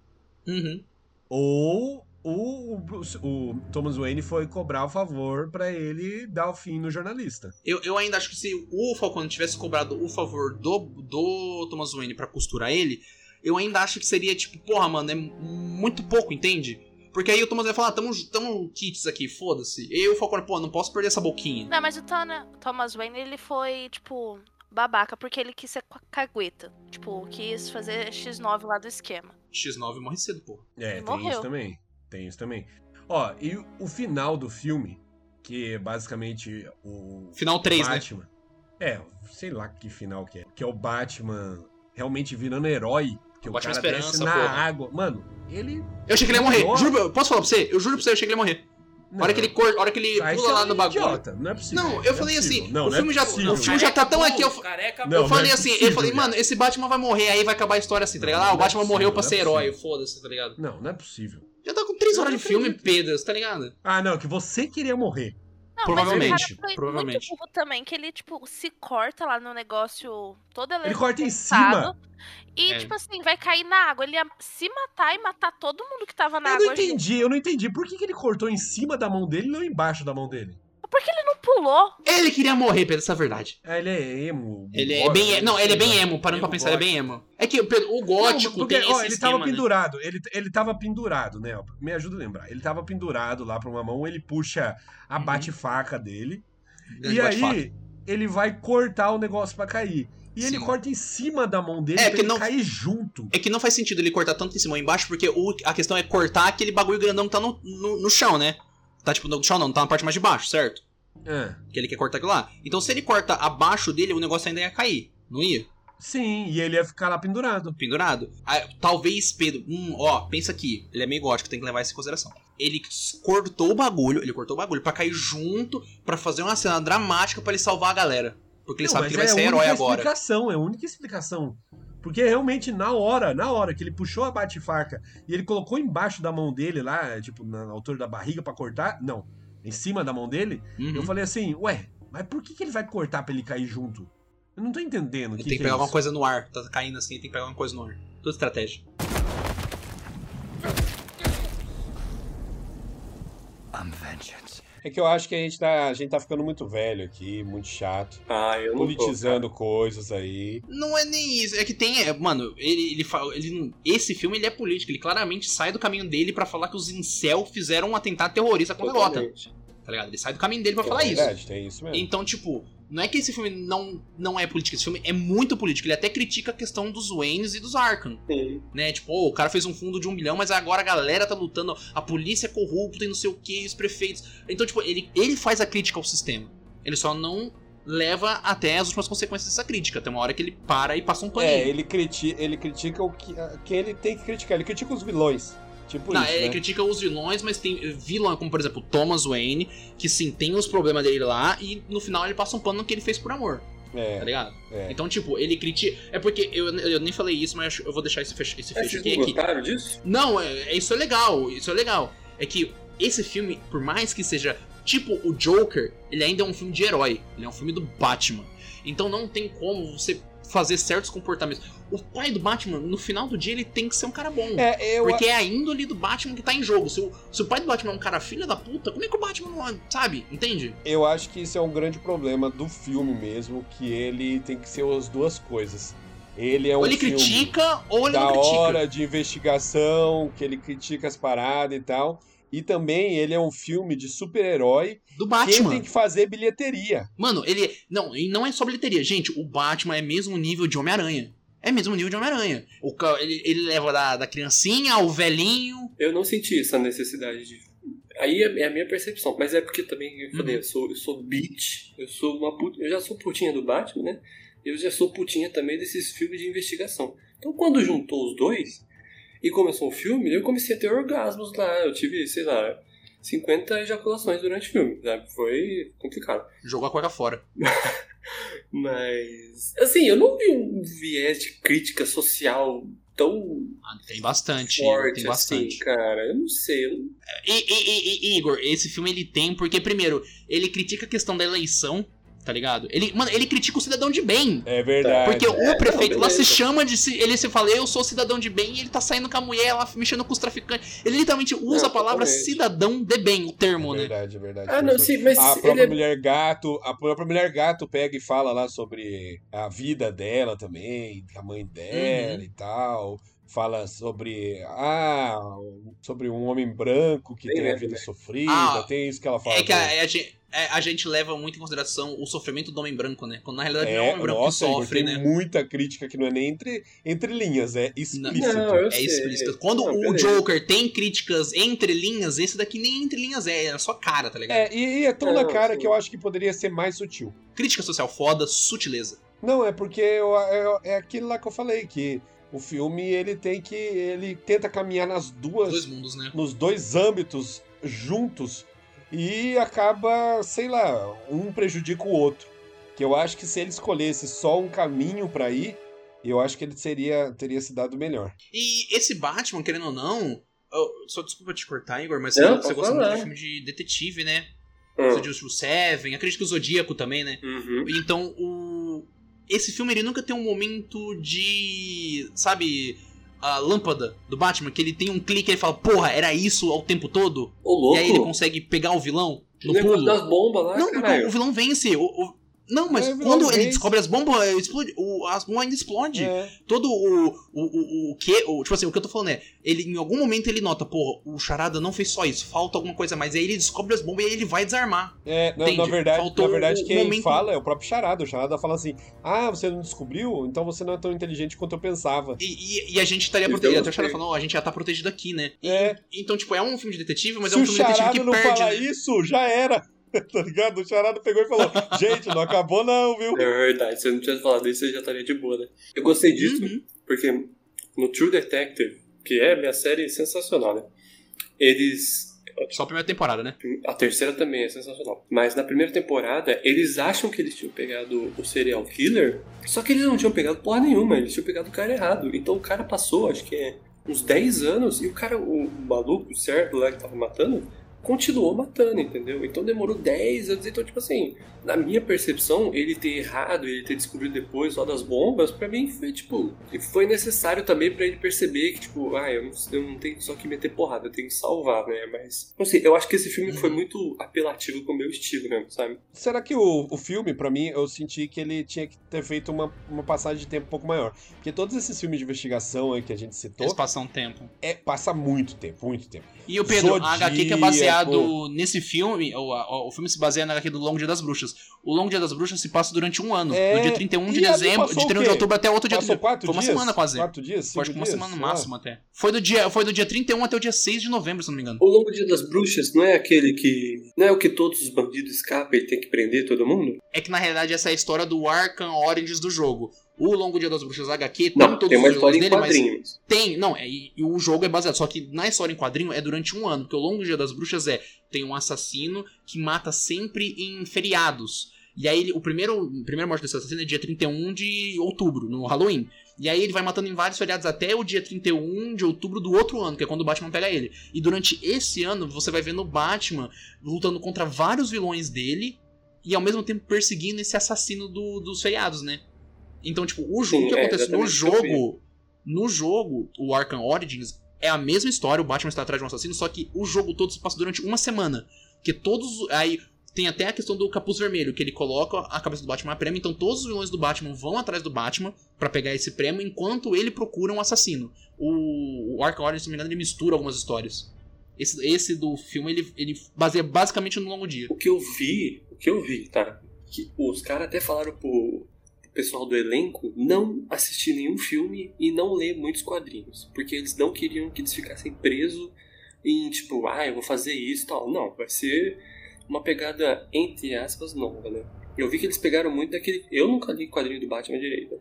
B: Uhum.
C: ou. O, o, Bruce- o Thomas Wayne foi cobrar o favor pra ele dar o fim no jornalista.
B: Eu, eu ainda acho que se o Falcone tivesse cobrado o favor do, do Thomas Wayne pra costurar ele, eu ainda acho que seria tipo, porra, mano, é muito pouco, entende? Porque aí o Thomas vai falar, ah, tamo, tamo kits aqui, foda-se. E o Falcone, pô, não posso perder essa boquinha.
D: Não, mas o Tana- Thomas Wayne, ele foi, tipo, babaca, porque ele quis ser ca- cagueta. Tipo, quis fazer X9 lá do esquema.
B: X9 morre cedo, porra.
C: É,
D: Ele
C: tem
D: morreu.
C: isso também. Tem isso também. Ó, e o- o final do filme, que é basicamente o
B: Final 3, né?
C: Batman. É, sei lá que final que é. Que é o Batman realmente virando herói. Que o,
B: Batman
C: cara
B: Esperança,
C: desce na
B: porra.
C: água. Mano, ele.
B: Eu achei que ele ia morrer.
C: Nossa.
B: Juro, pra- posso falar pra você? Eu juro pra você, eu achei que ele ia morrer. A hora que ele, cor... a hora que ele
G: Aí
B: pula
G: você
B: lá
G: é
B: no
G: um
B: bagulho.
G: idiota, Não é possível.
B: Não, eu
G: é
B: falei
G: possível.
B: assim,
G: Não,
B: o
G: não
B: filme
G: é
B: já-
G: possível.
B: o filme já tá tão aqui, eu-
H: Careca
G: Não,
B: eu
H: burro.
B: falei
G: é
B: assim,
G: possível,
B: eu falei,
G: cara.
B: mano, esse Batman vai morrer, aí vai acabar a história assim, tá
G: Não,
B: ligado? Ah,
G: não
B: o
G: é
B: Batman
G: possível,
B: morreu pra
G: não é
B: ser
G: possível.
B: herói, foda-se, tá ligado?
G: Não, não é possível.
B: Já tá com três
G: Eu
B: horas de
G: não
B: filme,
G: acredito.
B: Pedro, tá ligado?
G: Ah, não, que você queria morrer.
D: Não, mas
B: Provavelmente,
D: o cara foi
B: provavelmente.
D: muito burro também, que ele, tipo, se corta lá no negócio todo
G: Ele corta em
D: eletrocutado,
G: cima.
D: E,
B: É.
D: tipo assim, vai cair na água. Ele ia se matar e matar todo mundo que tava na
G: Eu
D: água.
G: não entendi, eu não entendi. Por que, que ele cortou em cima da mão dele e não embaixo da mão dele?
D: junto. Por que ele não pulou?
B: Ele queria morrer, Pedro, essa é a verdade.
G: Ah, ele é emo.
B: Ele é
G: gótico,
B: bem, e- não, ele é bem
G: sei lá.
B: emo, parando pra
G: Emo
B: pensar, ele é bem emo. É que Pedro, o gótico
G: Não, porque,
B: tem esse
G: ó, ele
B: esquema,
G: tava
B: né?
G: pendurado, ele, ele tava pendurado, né? ó, Me ajuda a lembrar. Ele tava pendurado lá pra uma mão, ele puxa a
B: Uhum.
G: bate-faca dele.
B: Ele
G: e
B: bate
G: aí,
B: faca.
G: ele vai cortar o negócio pra cair. E ele
B: Sim.
G: corta em cima da mão dele
B: É,
G: pra
B: porque
G: ele
B: não-
G: cair junto.
B: É que não faz sentido ele cortar tanto em cima ou embaixo, porque o- a questão é cortar aquele bagulho grandão que tá no, no, no chão, né? Tá tipo no chão não, tá na parte mais de baixo, certo?
G: Ah,
B: Que ele quer cortar aquilo lá. Então se ele corta abaixo dele, o negócio ainda ia cair, não ia?
G: sim, e ele ia ficar lá pendurado.
B: Pendurado. Ah, talvez Pedro. Hum, ó, pensa aqui. Ele é meio gótico, tem que levar isso em consideração. Ele s- cortou o bagulho, ele cortou o bagulho pra cair junto, pra fazer uma cena dramática pra ele salvar a galera. Porque ele
G: Não,
B: sabe
G: mas
B: que ele vai
G: é
B: ser
G: a
B: herói
G: única
B: agora.
G: explicação, é a única explicação. Porque realmente, na hora, na hora que ele puxou a bate-faca e ele colocou embaixo da mão dele lá, tipo, na altura da barriga pra cortar, não, em cima da mão dele,
B: Uhum.
G: eu falei assim, ué, mas por que, que ele vai cortar pra ele cair junto? Eu não tô entendendo o
B: Ele
G: que,
B: tem
G: que
B: que pegar
G: é
B: alguma
G: isso.
B: coisa no ar. Tá caindo assim, tem que pegar alguma coisa no ar. Toda estratégia.
C: É que eu acho que a gente tá, a gente tá ficando muito velho aqui, muito chato,
H: Ah, eu não
C: politizando coisas aí.
B: Não é nem isso. É que tem. é, mano, ele, ele fala. Ele, não- esse filme ele é político. Ele claramente sai do caminho dele pra falar que os incel fizeram um atentado terrorista
H: tô,
B: contra
H: cara.
B: Gotham.
H: Totalmente.
B: Tá ligado? Ele sai do caminho dele pra
C: É
B: falar isso.
C: verdade, Tem isso mesmo.
B: Então, tipo, não é que esse filme não, não é político, esse filme é muito político. Ele até critica a questão dos Waynes e dos Arkham,
H: Sim.
B: né? Tipo, oh, o cara fez um fundo de um bilhão, mas agora a galera tá lutando, a polícia é corrupta e não sei o que, os prefeitos. Então, tipo, ele, ele faz a crítica ao sistema. Ele só não leva até as últimas consequências dessa crítica. Tem uma hora que ele para e passa um paninho.
C: É, ele critica, ele critica o que, a- que ele tem que criticar. Ele critica os vilões. Tipo
B: Não,
C: isso,
B: ele
C: né?
B: critica os vilões, mas tem eh, vilão, como por exemplo Thomas Wayne, que sim, tem os problemas dele lá, e no final ele passa um pano no que ele fez por amor, tá
C: É,
B: ligado?
C: é.
B: Então, tipo, ele critica. É porque eu, eu nem falei isso, mas eu acho- eu vou deixar esse fecho, esse
H: Mas
B: fecho
H: É, Vocês
B: aqui.
H: não
B: aqui.
H: gostaram disso?
B: Não, é, é- isso é legal, isso é legal. É que esse filme, por mais que seja tipo o Joker, ele ainda é um filme de herói. Ele é um filme do Batman. Então não tem como você fazer certos comportamentos. O pai do Batman, no final do dia, ele tem que ser um cara bom.
C: É, eu,
B: Porque é a índole do Batman que tá em jogo. Se o, se o pai do Batman é um cara filha da puta, como é que o Batman não. é- Sabe? Entende?
C: eu acho que isso é um grande problema do filme mesmo, que ele tem que ser as duas coisas. Ele é um
B: ou ele
C: filme
B: critica, ou ele
C: da
B: não critica.
C: hora de investigação, que ele critica as paradas e tal. E também ele é um filme de super-herói
B: Do
C: que ele
B: Batman.
C: tem que fazer bilheteria.
B: Mano, ele. Não, e não é só bilheteria. Gente, o Batman é mesmo nível de Homem-Aranha. É mesmo nível de Homem-Aranha. O ca- Ele, ele leva da, da criancinha ao velhinho.
H: Eu não senti essa necessidade de. Aí é é a minha percepção, mas é porque também,
E: Uhum.
H: eu falei, eu sou, eu sou bitch, eu sou uma puta, eu já sou putinha do Batman, né? Eu já sou putinha também desses filmes de investigação. Então quando juntou os dois e começou o filme, eu comecei a ter orgasmos lá, eu tive, sei lá, 50 ejaculações durante o filme, sabe? Foi complicado.
B: Jogou a cueca fora.
H: Mas, assim, eu não vi um viés de crítica social tão
B: Ah, tem bastante. Igor,
H: forte
B: tem bastante.
H: assim, cara. Eu não sei, eu não-
B: E, e- e- e- Igor, esse filme ele tem, porque, primeiro, ele critica a questão da eleição, tá ligado? Ele, mano, ele critica o cidadão de bem.
C: É verdade.
B: Porque o prefeito
H: não,
B: lá se
H: beleza.
B: chama de. se- Ele se fala, eu sou cidadão de bem, e ele tá saindo com a mulher lá, mexendo com os traficantes. Ele literalmente usa
H: Não,
B: a palavra
H: totalmente.
B: cidadão de bem, o termo,
C: é
B: né?
C: verdade, é verdade.
H: Ah, não,
C: Isso.
H: sim, mas
C: A
H: ele
C: própria
H: é
C: mulher gato, a própria mulher gato pega e fala lá sobre a vida dela também, da mãe
H: É,
C: dela
B: Uhum.
C: e tal. Fala sobre ah, sobre um homem branco que
H: Bem
C: tem a
H: leve,
C: vida
H: né?
C: sofrida,
B: Ah,
C: tem isso que ela fala.
B: É que
C: também.
B: a, a gen- é, a gente leva muito em consideração o sofrimento do homem branco, né? Quando na realidade não é o
C: É,
B: homem branco
C: nossa,
B: que
C: Igor,
B: sofre,
C: tem
B: né?
C: muita crítica que não é nem entre, entre linhas, é explícito.
H: Não, eu
B: É
H: sei.
B: explícito. Quando
H: Não,
B: o
H: beleza.
B: Joker tem críticas entre linhas, esse daqui nem entre linhas é, é na sua cara, tá ligado?
C: É, e, e é tão na
H: Não,
C: cara
H: sim.
C: que eu acho que poderia ser mais sutil.
B: Crítica social foda, sutileza.
C: Não, é porque eu- eu- é aquilo lá que eu falei, que o filme ele tem que. ele tenta caminhar nas
B: Os
C: duas
B: dois mundos, né?
C: nos dois âmbitos juntos e acaba, sei lá, um prejudica o outro. Que eu acho que se ele escolhesse só um caminho pra ir, eu acho que ele seria, teria se dado melhor.
B: E esse Batman, querendo ou não. eu- só desculpa te cortar, Igor, mas você,
E: Não,
B: você
E: pode
B: gosta muito
E: falar.
B: de filme de detetive, né? Você
E: Ah,
B: diz o Seven, acredito que o Zodíaco também, né?
E: uhum.
B: Então, o... esse filme ele nunca tem um momento de. Sabe, a lâmpada do Batman, que ele tem um clique e ele fala, porra, era isso ao tempo todo?
E: Ô, louco.
B: E aí ele consegue pegar o vilão
E: o
B: no
E: negócio
B: pulo.
E: é das bombas lá,
B: Não, porque
E: caralho.
B: o vilão vence. O, o- Não, mas
C: É, o vilão
B: quando ele
C: vence.
B: descobre as bombas, ele explode, o, as bombas ainda explode.
C: É.
B: Todo o, o, o, o que. O, tipo assim, o que eu tô falando é, ele em algum momento ele nota, porra, o Charada não fez só isso, falta alguma coisa a mais. E aí ele descobre as bombas e aí ele vai desarmar.
C: É, na, na
B: Entendi.
C: verdade,
B: Faltou
C: na verdade
B: o
C: quem
B: momento-
C: fala é o próprio Charada. O Charada fala assim: Ah, você não descobriu? Então você não é tão inteligente quanto eu pensava.
B: E, e- e a gente estaria
E: Então,
B: protegido. Até o Charada
E: sim.
B: falou, ó, a gente já tá protegido aqui, né? E-
C: É.
B: Então, tipo, é um filme de detetive, mas
C: se
B: é um
C: o
B: filme de detetive
C: Charada
B: que
C: não
B: perde.
C: fala
B: né?
C: isso, já era. tá ligado? O Charada pegou e falou: Gente, não acabou não, viu?
E: É verdade, se eu não tivesse falado isso, eu já estaria de boa, né? Eu gostei disso,
B: Uhum.
E: porque no True Detective, que é minha série sensacional, né? Eles
B: Só a primeira temporada, né?
E: A terceira também é sensacional. Mas na primeira temporada, eles acham que eles tinham pegado o serial killer, só que eles não tinham pegado porra nenhuma, eles tinham pegado o cara errado. Então o cara passou, acho que é uns 10 anos, e o cara, o, o maluco, o certo lá que tava matando, continuou matando, entendeu? Então demorou 10 anos. Então, tipo assim, na minha percepção, ele ter errado, ele ter descobrido depois só das bombas, pra mim foi, tipo, foi necessário também pra ele perceber que, tipo, ah, eu não, eu não tenho só que meter porrada, eu tenho que salvar, né? Mas, não sei, eu acho que esse filme foi muito apelativo com o meu estilo mesmo, sabe?
C: Será que o, o filme, pra mim, eu senti que ele tinha que ter feito uma, uma passagem de tempo um pouco maior? Porque todos esses filmes de investigação aí que a gente citou,
B: Eles passam um tempo.
C: é, passa muito tempo, muito tempo.
B: E o Pedro, a HQ que é
C: Zodíaco.
B: baseado nesse filme, ou a- o, filme se baseia na HQ do Longo Dia das Bruxas. O Longo Dia das Bruxas se passa durante um ano.
C: É.
B: Do dia 31 de
C: E ali
B: dezembro,
C: passou
B: de
C: o
B: 31 de
C: quê?
B: outubro até outro dia. um.
C: Passou quatro
B: foi uma
C: dias?
B: semana quase.
C: Quatro dias? Cinco
B: Acho que uma
C: dias?
B: semana no
C: sei lá.
B: máximo até. Foi do, dia, foi do dia 31 até o dia 6 de novembro, se eu não me engano.
E: O Longo Dia das Bruxas não é aquele que. Não é o que todos os bandidos escapam e tem que prender todo mundo?
B: É que na realidade essa é a história do Arkham Origins do jogo. O Longo Dia das Bruxas HQ tem
E: Não,
B: todos
E: tem uma
B: os jogos
E: história em
B: dele, mas
E: quadrinhos.
B: Tem, não, é, e e o jogo é baseado, só que na história em quadrinho é durante um ano, porque o Longo Dia das Bruxas é, tem um assassino que mata sempre em feriados. E aí ele- o primeiro, o primeiro morte desse assassino é dia 31 de outubro, no Halloween. E aí ele vai matando em vários feriados até o dia 31 de outubro do outro ano, que é quando o Batman pega ele. E durante esse ano você vai vendo o Batman lutando contra vários vilões dele e ao mesmo tempo perseguindo esse assassino do- dos feriados, né? Então, tipo, o jogo
E: Sim,
B: que
E: é,
B: acontece no
E: exatamente o que eu vi.
B: jogo no jogo, o Arkham Origins, é a mesma história, o Batman está atrás de um assassino, só que o jogo todo se passa durante uma semana. Porque todos. Aí tem até a questão do capuz vermelho, que ele coloca a cabeça do Batman a prêmio, então todos os vilões do Batman vão atrás do Batman pra pegar esse prêmio, enquanto ele procura um assassino. O, o Arkham Origins, se não me engano, ele mistura algumas histórias. Esse, esse do filme, ele, ele baseia basicamente no longo dia.
E: O que eu vi, o que eu vi, tá? Que os caras até falaram pro pro pessoal do elenco não assistir nenhum filme e não ler muitos quadrinhos. Porque eles não queriam que eles ficassem presos em, tipo, ah, eu vou fazer isso e tal. Não, vai ser uma pegada, entre aspas, nova, né? Eu vi que eles pegaram muito daquele. Eu nunca li quadrinho do Batman direito.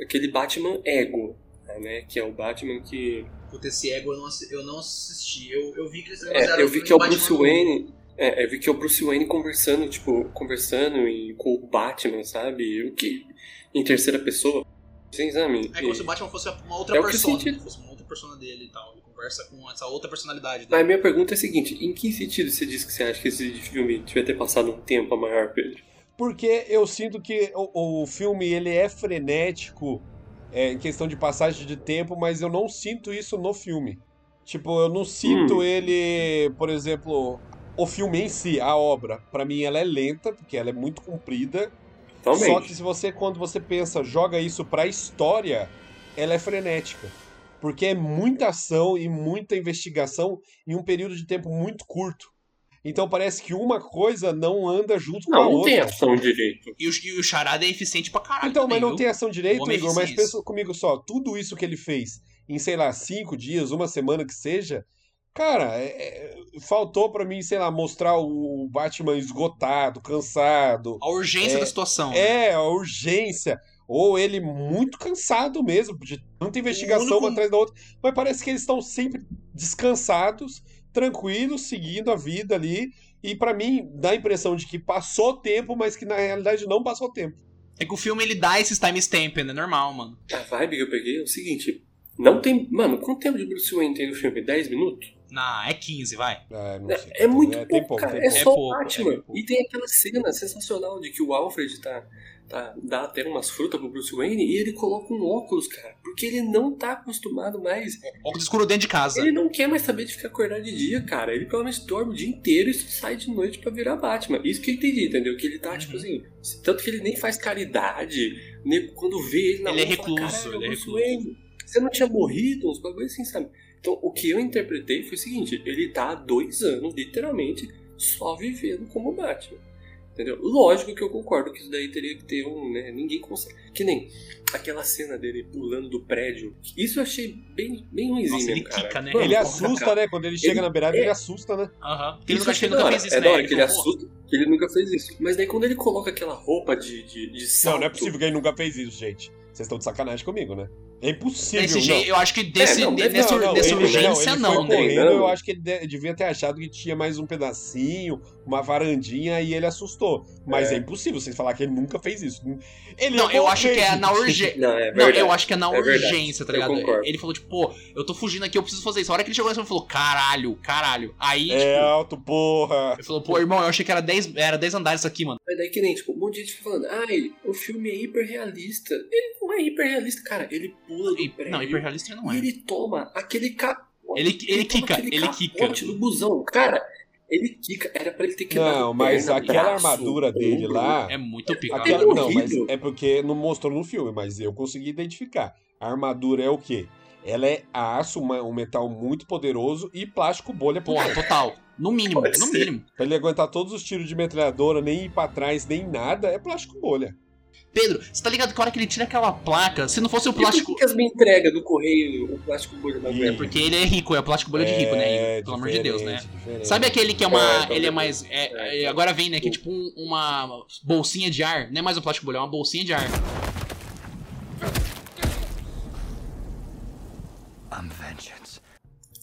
E: Aquele Batman Ego, né? Que é o Batman que.
I: Puta, esse ego eu não, assi- eu não assisti. Eu, eu vi que eles
E: É, eu vi que é o Bruce
I: Batman.
E: Wayne. É, eu vi que é o Bruce Wayne conversando, tipo, conversando em, com o Batman, sabe? O que. Em terceira pessoa. assim, Sem exame.
I: É como se o Batman fosse uma outra
E: É o que eu
I: persona.
E: senti.
I: Fosse uma outra persona dele e tal. Ele conversa com essa outra personalidade né? dele.
E: Mas a minha pergunta é a seguinte: em que sentido você diz que você acha que esse filme devia ter passado um tempo a maior, Pedro?
C: Porque eu sinto que o, o filme ele é frenético é, em questão de passagem de tempo, mas eu não sinto isso no filme. Tipo, eu não sinto
E: Hum.
C: ele, por exemplo, o filme em si, a obra. Pra mim ela é lenta, porque ela é muito comprida.
E: Talvez.
C: Só que se você, quando você pensa, joga isso pra história, ela é frenética. Porque é muita ação e muita investigação em um período de tempo muito curto. Então parece que uma coisa não anda junto com a
E: Não, não
C: outra.
E: tem ação direito.
B: E o, e o Charada é eficiente pra caralho.
C: Então,
B: também,
C: mas não
B: viu?
C: tem ação
B: O
C: direito,
B: homem
C: Igor, mas
B: fez isso.
C: pensa comigo só, tudo isso que ele fez em, sei lá, cinco dias, uma semana que seja, cara, é- é- faltou pra mim, sei lá, mostrar o Batman esgotado, cansado,
B: A urgência
C: É,
B: da situação. né?
C: é, a urgência, ou ele muito cansado mesmo, de tanta investigação
B: único-
C: uma atrás da outra, mas parece que eles estão sempre descansados, tranquilos, seguindo a vida ali, E pra mim, dá a impressão de que passou tempo, mas que na realidade não passou tempo.
B: É que o filme ele dá esses timestamp, né? Normal, mano.
E: A vibe que eu peguei é o seguinte. Não tem. Mano, quanto tempo de Bruce Wayne tem no filme? 10 minutos?
B: Não, é 15, vai.
C: Ah, não sei.
E: É, é muito
C: tem
E: pouco,
C: pouco,
E: cara.
C: tem pouco.
E: É só o
B: pouco, é
E: Batman.
B: pouco.
E: e tem aquela cena sensacional de que o Alfred tá, tá- dá até umas frutas pro Bruce Wayne e ele coloca um óculos, cara. Porque ele não tá acostumado mais.
B: Óculos escuro dentro de casa.
E: Ele não quer mais saber de ficar acordado de dia, cara. Ele provavelmente dorme o dia inteiro e só sai de noite pra virar Batman. Isso que eu entendi, entendeu? Que ele tá, tipo assim. Tanto que ele nem faz caridade, nem quando vê ele na
B: Ele é
E: rua, fala,
B: recluso,
E: "Caralho,
B: ele é
E: Bruce
B: recluso."
E: Wayne, Você não tinha morrido, uns bagulho assim, sabe? Então, o que eu interpretei foi o seguinte: ele tá há dois anos, literalmente, só vivendo como Batman. Entendeu? Lógico que eu concordo que isso daí teria que ter um, né? Ninguém consegue. Que nem aquela cena dele pulando do prédio. Isso eu achei bem, bem ruimzinho,
B: Nossa, ele
E: cara.
B: quica, né?
C: Ele
E: Mano,
C: assusta, né? Quando ele chega na beirada, ele assusta, né?
B: Aham. Porque
E: Isso
B: ele
E: eu
B: nunca, acho que
E: achei
B: ele
E: da
B: nunca
E: hora.
B: fez isso,
E: é
B: né?
E: da hora que ele
B: falou, "Pô,
E: assusta, que ele nunca fez isso. Mas daí quando ele coloca aquela roupa de, de, de
C: Não,
E: salto...
C: não é possível que ele nunca fez isso, gente. Vocês estão de sacanagem comigo, né? É impossível,
B: Desse
C: não.
B: jeito, eu acho que desse,
E: É, não,
B: de-
E: deve-
B: nessa,
E: não, não,
B: nessa
E: ele-
B: urgência,
C: ele
B: não.
C: foi
E: né?
C: correndo, eu
E: Não.
C: acho que ele de- devia ter achado que tinha mais um pedacinho, uma varandinha, e ele assustou. Mas é,
E: É.
C: impossível vocês falar que ele nunca fez isso. Ele
B: Não,
C: é
B: eu
C: bom
B: acho que é
C: gente.
B: na urgência.
E: Não, é
B: Não,
E: verdade.
B: eu acho que é na
E: É verdade.
B: urgência, tá
E: Eu
B: ligado?
E: concordo.
B: Ele falou, tipo, pô, eu tô fugindo aqui, eu preciso fazer isso. A hora que ele chegou nessa, ele falou, caralho, caralho. Aí,
C: É
B: tipo,
C: alto, porra.
B: ele falou, pô, irmão, eu achei que era 10, era 10 andares isso aqui, mano.
E: Mas daí que nem, tipo, um monte de gente falando Ai, o filme é hiperrealista. Ele não é hiperrealista, cara. Ele pula do
B: E-
E: prédio
B: Não, hiperrealista ele não
E: e
B: é.
E: ele toma aquele capote.
B: Ele- ele
E: toma
B: quica,
E: aquele
B: ele
E: capote
B: quica.
E: do busão. Cara, ele quica. Era pra ele ter quebrado
C: Não, mas
E: perna,
C: aquela
E: braço,
C: armadura dele
E: ombro.
C: lá.
B: É muito pica.
C: Aquela,
E: Ele é
C: não, mas
E: horrível.
C: é porque não mostrou no filme, mas eu consegui identificar. A armadura é o quê? Ela é aço, uma- um metal muito poderoso e plástico bolha por
B: Porra,
C: dentro.
B: total. No mínimo,
E: Pode
B: no
E: ser.
B: mínimo.
C: Pra ele aguentar todos os tiros de metralhadora, nem ir pra trás, nem nada, é plástico bolha.
B: Pedro, você tá ligado que a hora que ele tira aquela placa, se não fosse o
E: E por que
B: plástico.
E: que as me entrega do correio, o plástico bolha da
C: Ih,
E: guerra?
B: É porque ele é rico, é plástico bolha de rico, né?
C: É,
B: Igor? Pelo amor de Deus, né?
C: diferente, tá diferente.
B: Sabe aquele que é uma.
E: É,
B: ele é mais. é, é, agora vem, né? Que é tipo um- uma bolsinha de ar. Não é mais um plástico bolha, é uma bolsinha de ar.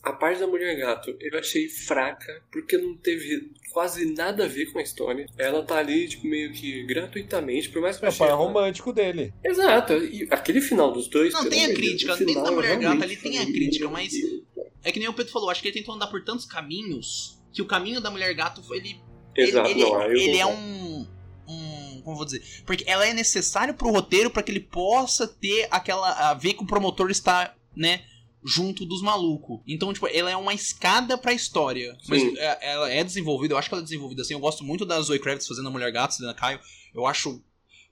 E: A parte da Mulher Gato eu achei fraca, porque não teve quase nada a ver com a história. Ela tá ali, tipo, meio que gratuitamente, por mais
C: É
E: que eu
C: o
E: achei.
C: par romântico dele.
E: Exato, e aquele final dos dois.
B: Não,
E: pelo
B: tem a
E: amor de Deus,
B: crítica,
E: o
B: dentro
E: final
B: da
E: eu
B: Mulher Gato
E: realmente
B: ali tem a
E: falei,
B: crítica,
E: meu
B: mas-
E: Deus.
B: É que nem o Pedro falou, acho que ele tentou andar por tantos caminhos que o caminho da mulher gato foi ele.
E: Exato,
B: ele, ele-
E: não, aí eu
B: ele é
E: concordo.
B: um. um- Como eu vou dizer? Porque ela é necessária pro roteiro pra que ele possa ter aquela. A ver que o promotor está, né? Junto dos malucos. Então, tipo, ela é uma escada pra história. Mas
E: Sim.
B: é- ela é desenvolvida, eu acho que ela é desenvolvida assim. Eu gosto muito da Zoe Kravitz fazendo a Mulher Gato, Selena Caio. Eu acho.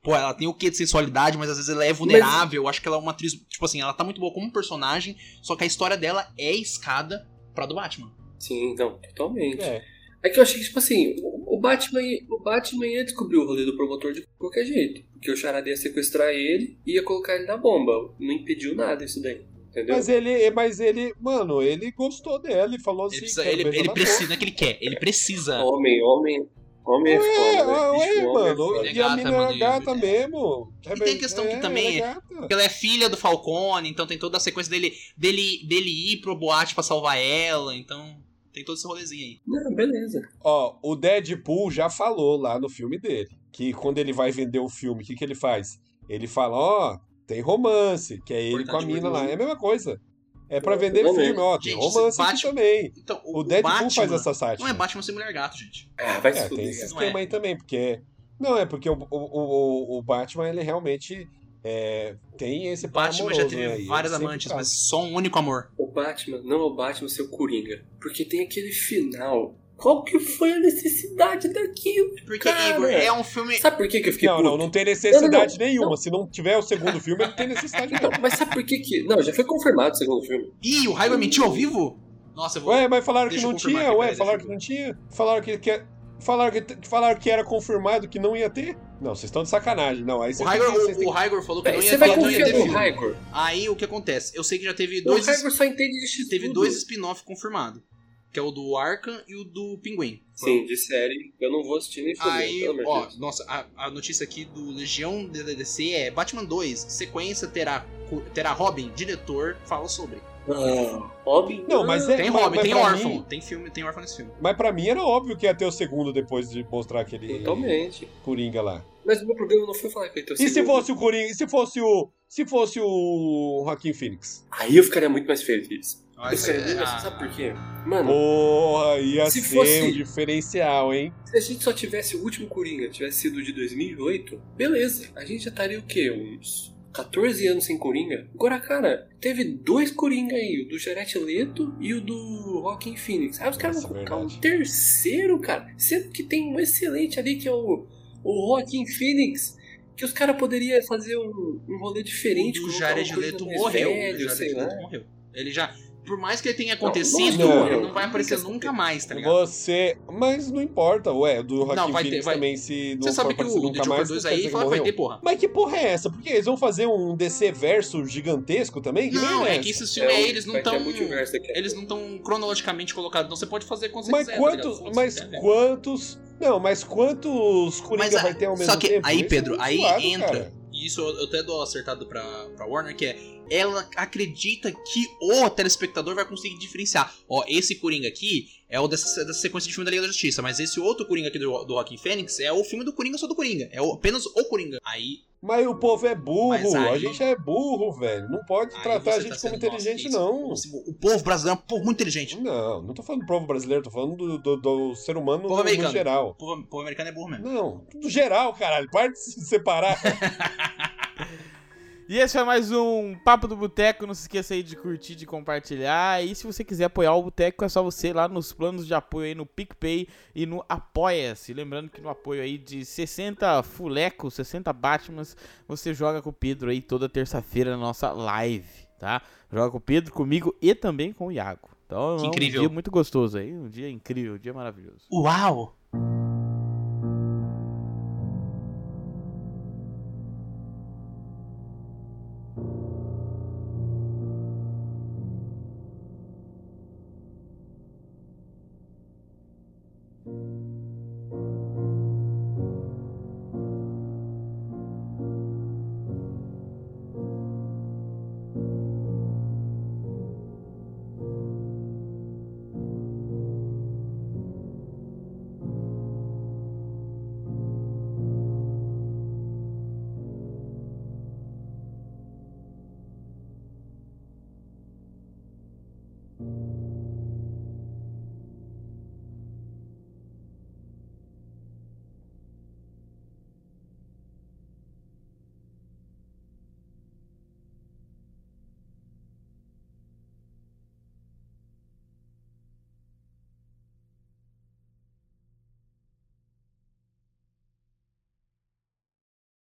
B: Pô, ela tem o quê de sensualidade, mas às vezes ela é vulnerável. Eu acho que ela é uma atriz. Tipo assim, ela tá muito boa como personagem, só que a história dela é escada pra do Batman.
E: Sim, não, totalmente.
C: É.
E: É que eu achei que, tipo assim, o o Batman, o Batman ia descobrir o rolê do promotor de qualquer jeito. Porque o Charada ia sequestrar ele e ia colocar ele na bomba. Não impediu nada isso daí. Entendeu?
H: é-
C: Mas ele, mas ele, mano, ele gostou dela e falou assim.
B: Ele precisa,
C: quero
B: ele,
C: beijar
B: ele
C: na
B: precisa, não é que ele quer, ele precisa.
E: Homem, homem. Homem é
C: boca.
E: foda,
C: Ué,
E: né?
C: ué,
E: Bicho, homem é
C: mano.
E: foda.
C: E a
B: gata,
C: mina
B: mano,
C: é
B: e-
C: gata mesmo. É
B: E tem a
C: bem-
B: questão que
C: é,
B: também
C: ela é gata.
B: Ela é filha do Falcone, então tem toda a sequência dele, dele, dele ir pro boate pra salvar ela, então tem todo esse rolezinho aí.
E: Não, beleza.
C: Ó, o Deadpool já falou lá no filme dele que quando ele vai vender o filme, o que, que ele faz? Ele fala, ó, tem romance, que é ele com a
B: Importante
C: mina lá.
B: romance.
C: É a mesma coisa. É pra vender
E: Romance.
C: filme, ó, tem
B: Gente,
C: romance aqui
B: Batman-
C: também.
B: Então, o,
C: O
B: o
C: Deadpool
B: Batman
C: faz essa
B: não é
C: sátira.
B: Batman sem mulher gato, gente.
E: Ah, vai se
C: É, tem
E: fuder.
C: esse
E: cara.
B: Não
C: esquema
B: é.
C: aí também, porque. Não, é porque o, o, o, o Batman, ele realmente é, tem esse
B: O
C: par
B: Batman
C: amoroso,
B: já
C: né, e
B: teve
C: ele
B: várias
C: sempre
B: amantes,
C: fala.
B: mas só um único amor.
E: O Batman não é o Batman, seu Coringa. Porque tem aquele final. Qual que foi a necessidade daquilo?
B: Porque,
E: Cara,
B: Igor, é um filme.
E: Sabe por que, que eu fiquei
C: Não,
E: puto?
C: não, não tem necessidade
E: Não, não, não.
C: nenhuma. Se não tiver o segundo filme, não tem necessidade
E: Então,
C: nenhuma.
E: mas sabe por que que... Não, já foi confirmado o segundo filme.
B: Ih, o Raiva mentiu ao vivo? Nossa, eu vou.
C: Ué, mas falaram que
B: Deixa eu
C: não
B: confirmar
C: tinha,
B: aqui,
C: ué,
B: peraí,
C: falaram que
B: deixa
C: não tinha. Falaram que, que falaram que falaram que era confirmado que não ia ter. Não, vocês estão de sacanagem. Não, aí
B: o
C: vocês,
B: Raigor,
C: têm, que- vocês têm
B: o, o Raigor falou que não ia,
E: Você vai
B: ter- não ia
E: confiar
B: ter
E: no
B: filme.
E: Raigor.
B: Aí o que acontece? Eu sei que já teve
E: O
B: dois.
E: Raigor só entende de X
B: Teve
E: tudo.
B: dois spin-off confirmados. que é o do Arkham e o do Pinguim.
E: Sim, de série, eu não vou assistir nem fudendo,
B: Aí,
E: pelo amor de
B: ó,
E: então, Deus.
B: nossa, a, a notícia aqui do Legião da DC é Batman 2, sequência terá, cu- terá Robin, diretor, fala sobre.
E: Não, Robin.
H: Não, mas é.
B: Tem
H: mas-
B: Robin,
H: mas
B: tem
H: pra
B: órfão,
H: mim-
B: tem filme, tem órfão nesse filme.
H: mas pra mim era óbvio que ia ter o segundo depois de mostrar
C: é-
H: aquele
E: Totalmente.
H: Coringa lá.
E: Mas o meu problema não foi falar que ele tem o
H: E se
E: segundo.
H: fosse o Coringa? E se fosse o. Se fosse o Joaquim Phoenix?
E: Aí eu ficaria muito mais feliz. Eu
B: Mas,
E: ficaria muito mais
B: ah,
E: feliz, sabe por quê? Mano,
H: Porra, ia
E: Se
H: ser
E: fosse-
H: um diferencial, hein?
E: Se a gente só tivesse o último Coringa, tivesse sido de 2008, beleza. A gente já estaria o quê? Uns 14 anos sem Coringa? Agora, cara, teve dois Coringa aí, o do Jared Leto e o do Rockin' Phoenix. Aí os caras
H: Nossa,
E: vão colocar um
H: verdade.
E: terceiro, cara. Sendo que tem um excelente ali que é o, o Rockin' Phoenix. Que os caras poderiam fazer um, um rolê diferente.
B: o
E: colocar um
B: Jared
E: Coringa
B: Leto
E: mais
B: morreu.
E: Velho,
B: o Jared
E: sei lá.
B: Leto morreu. Ele já, por mais que ele tenha acontecido,
H: não morreu.
B: ele não vai aparecer
E: Nunca
B: nunca mais, tá ligado?
H: Você. Mas não importa, ué, do Joaquim
B: vai ter-
H: Phoenix
B: vai-
H: também se não
B: Você
H: for
B: sabe que
H: aparecer
B: o The
H: nunca
B: Joker
H: mais.
B: 2
H: não
B: aí
H: quer dizer que
B: fala que vai
H: morreu.
B: ter, porra.
H: Mas que porra é essa? Porque eles vão fazer um DC verso gigantesco também? Que
B: Não,
H: merda
B: é
H: essa?
B: que esses filmes aí, eles não
E: um vai ter
B: estão.
E: multiverso daqui a
B: Eles
E: pouco.
B: não estão cronologicamente colocados, não. Você pode fazer tá quando você
H: Mas
B: quiser. né,
H: quantos. mas quantos. Não, mas quantos Coringa
B: Mas a-
H: vai ter ao
B: só
H: mesmo
B: que
H: tempo?
B: aí,
H: Isso é
B: Pedro,
H: muito
B: aí
H: zoado,
B: entra-
H: cara.
B: E isso eu eu até dou acertado pra, pra Warner, que é. Ela acredita que o telespectador vai conseguir diferenciar. Ó, esse Coringa aqui é o dessa, dessa sequência de filme da Liga da Justiça, mas esse outro Coringa aqui do, do Joaquim Fênix é o filme do Coringa só do Coringa. É o- apenas o Coringa. Aí
H: Mas o povo é
B: Mas
H: burro, a
B: aí-
H: gente é burro, velho. Não pode
B: Aí
H: tratar
B: você
H: a gente
B: tá
H: como
B: sendo
H: inteligente,
B: nossa,
H: não.
B: isso, O povo brasileiro é um povo muito inteligente.
H: Não, não tô falando do povo brasileiro, tô falando do, do- do ser humano
B: Povo
H: no- no
B: americano.
H: geral.
B: O povo, o povo americano é burro mesmo.
H: Não, do geral, caralho. Para de se separar.
A: E esse foi mais um Papo do Boteco. Não se esqueça aí de curtir, de compartilhar. E se você quiser apoiar o Boteco, é só você ir lá nos planos de apoio aí no PicPay e no Apoia-se. Lembrando que no apoio aí de 60 fulecos, 60 Batmans, você joga com o Pedro aí toda terça-feira na nossa live, tá? Joga com o Pedro, comigo e também com o Iago. Então
B: Que
A: é um
B: incrível.
A: dia muito gostoso aí, um dia incrível, um dia maravilhoso.
B: Uau!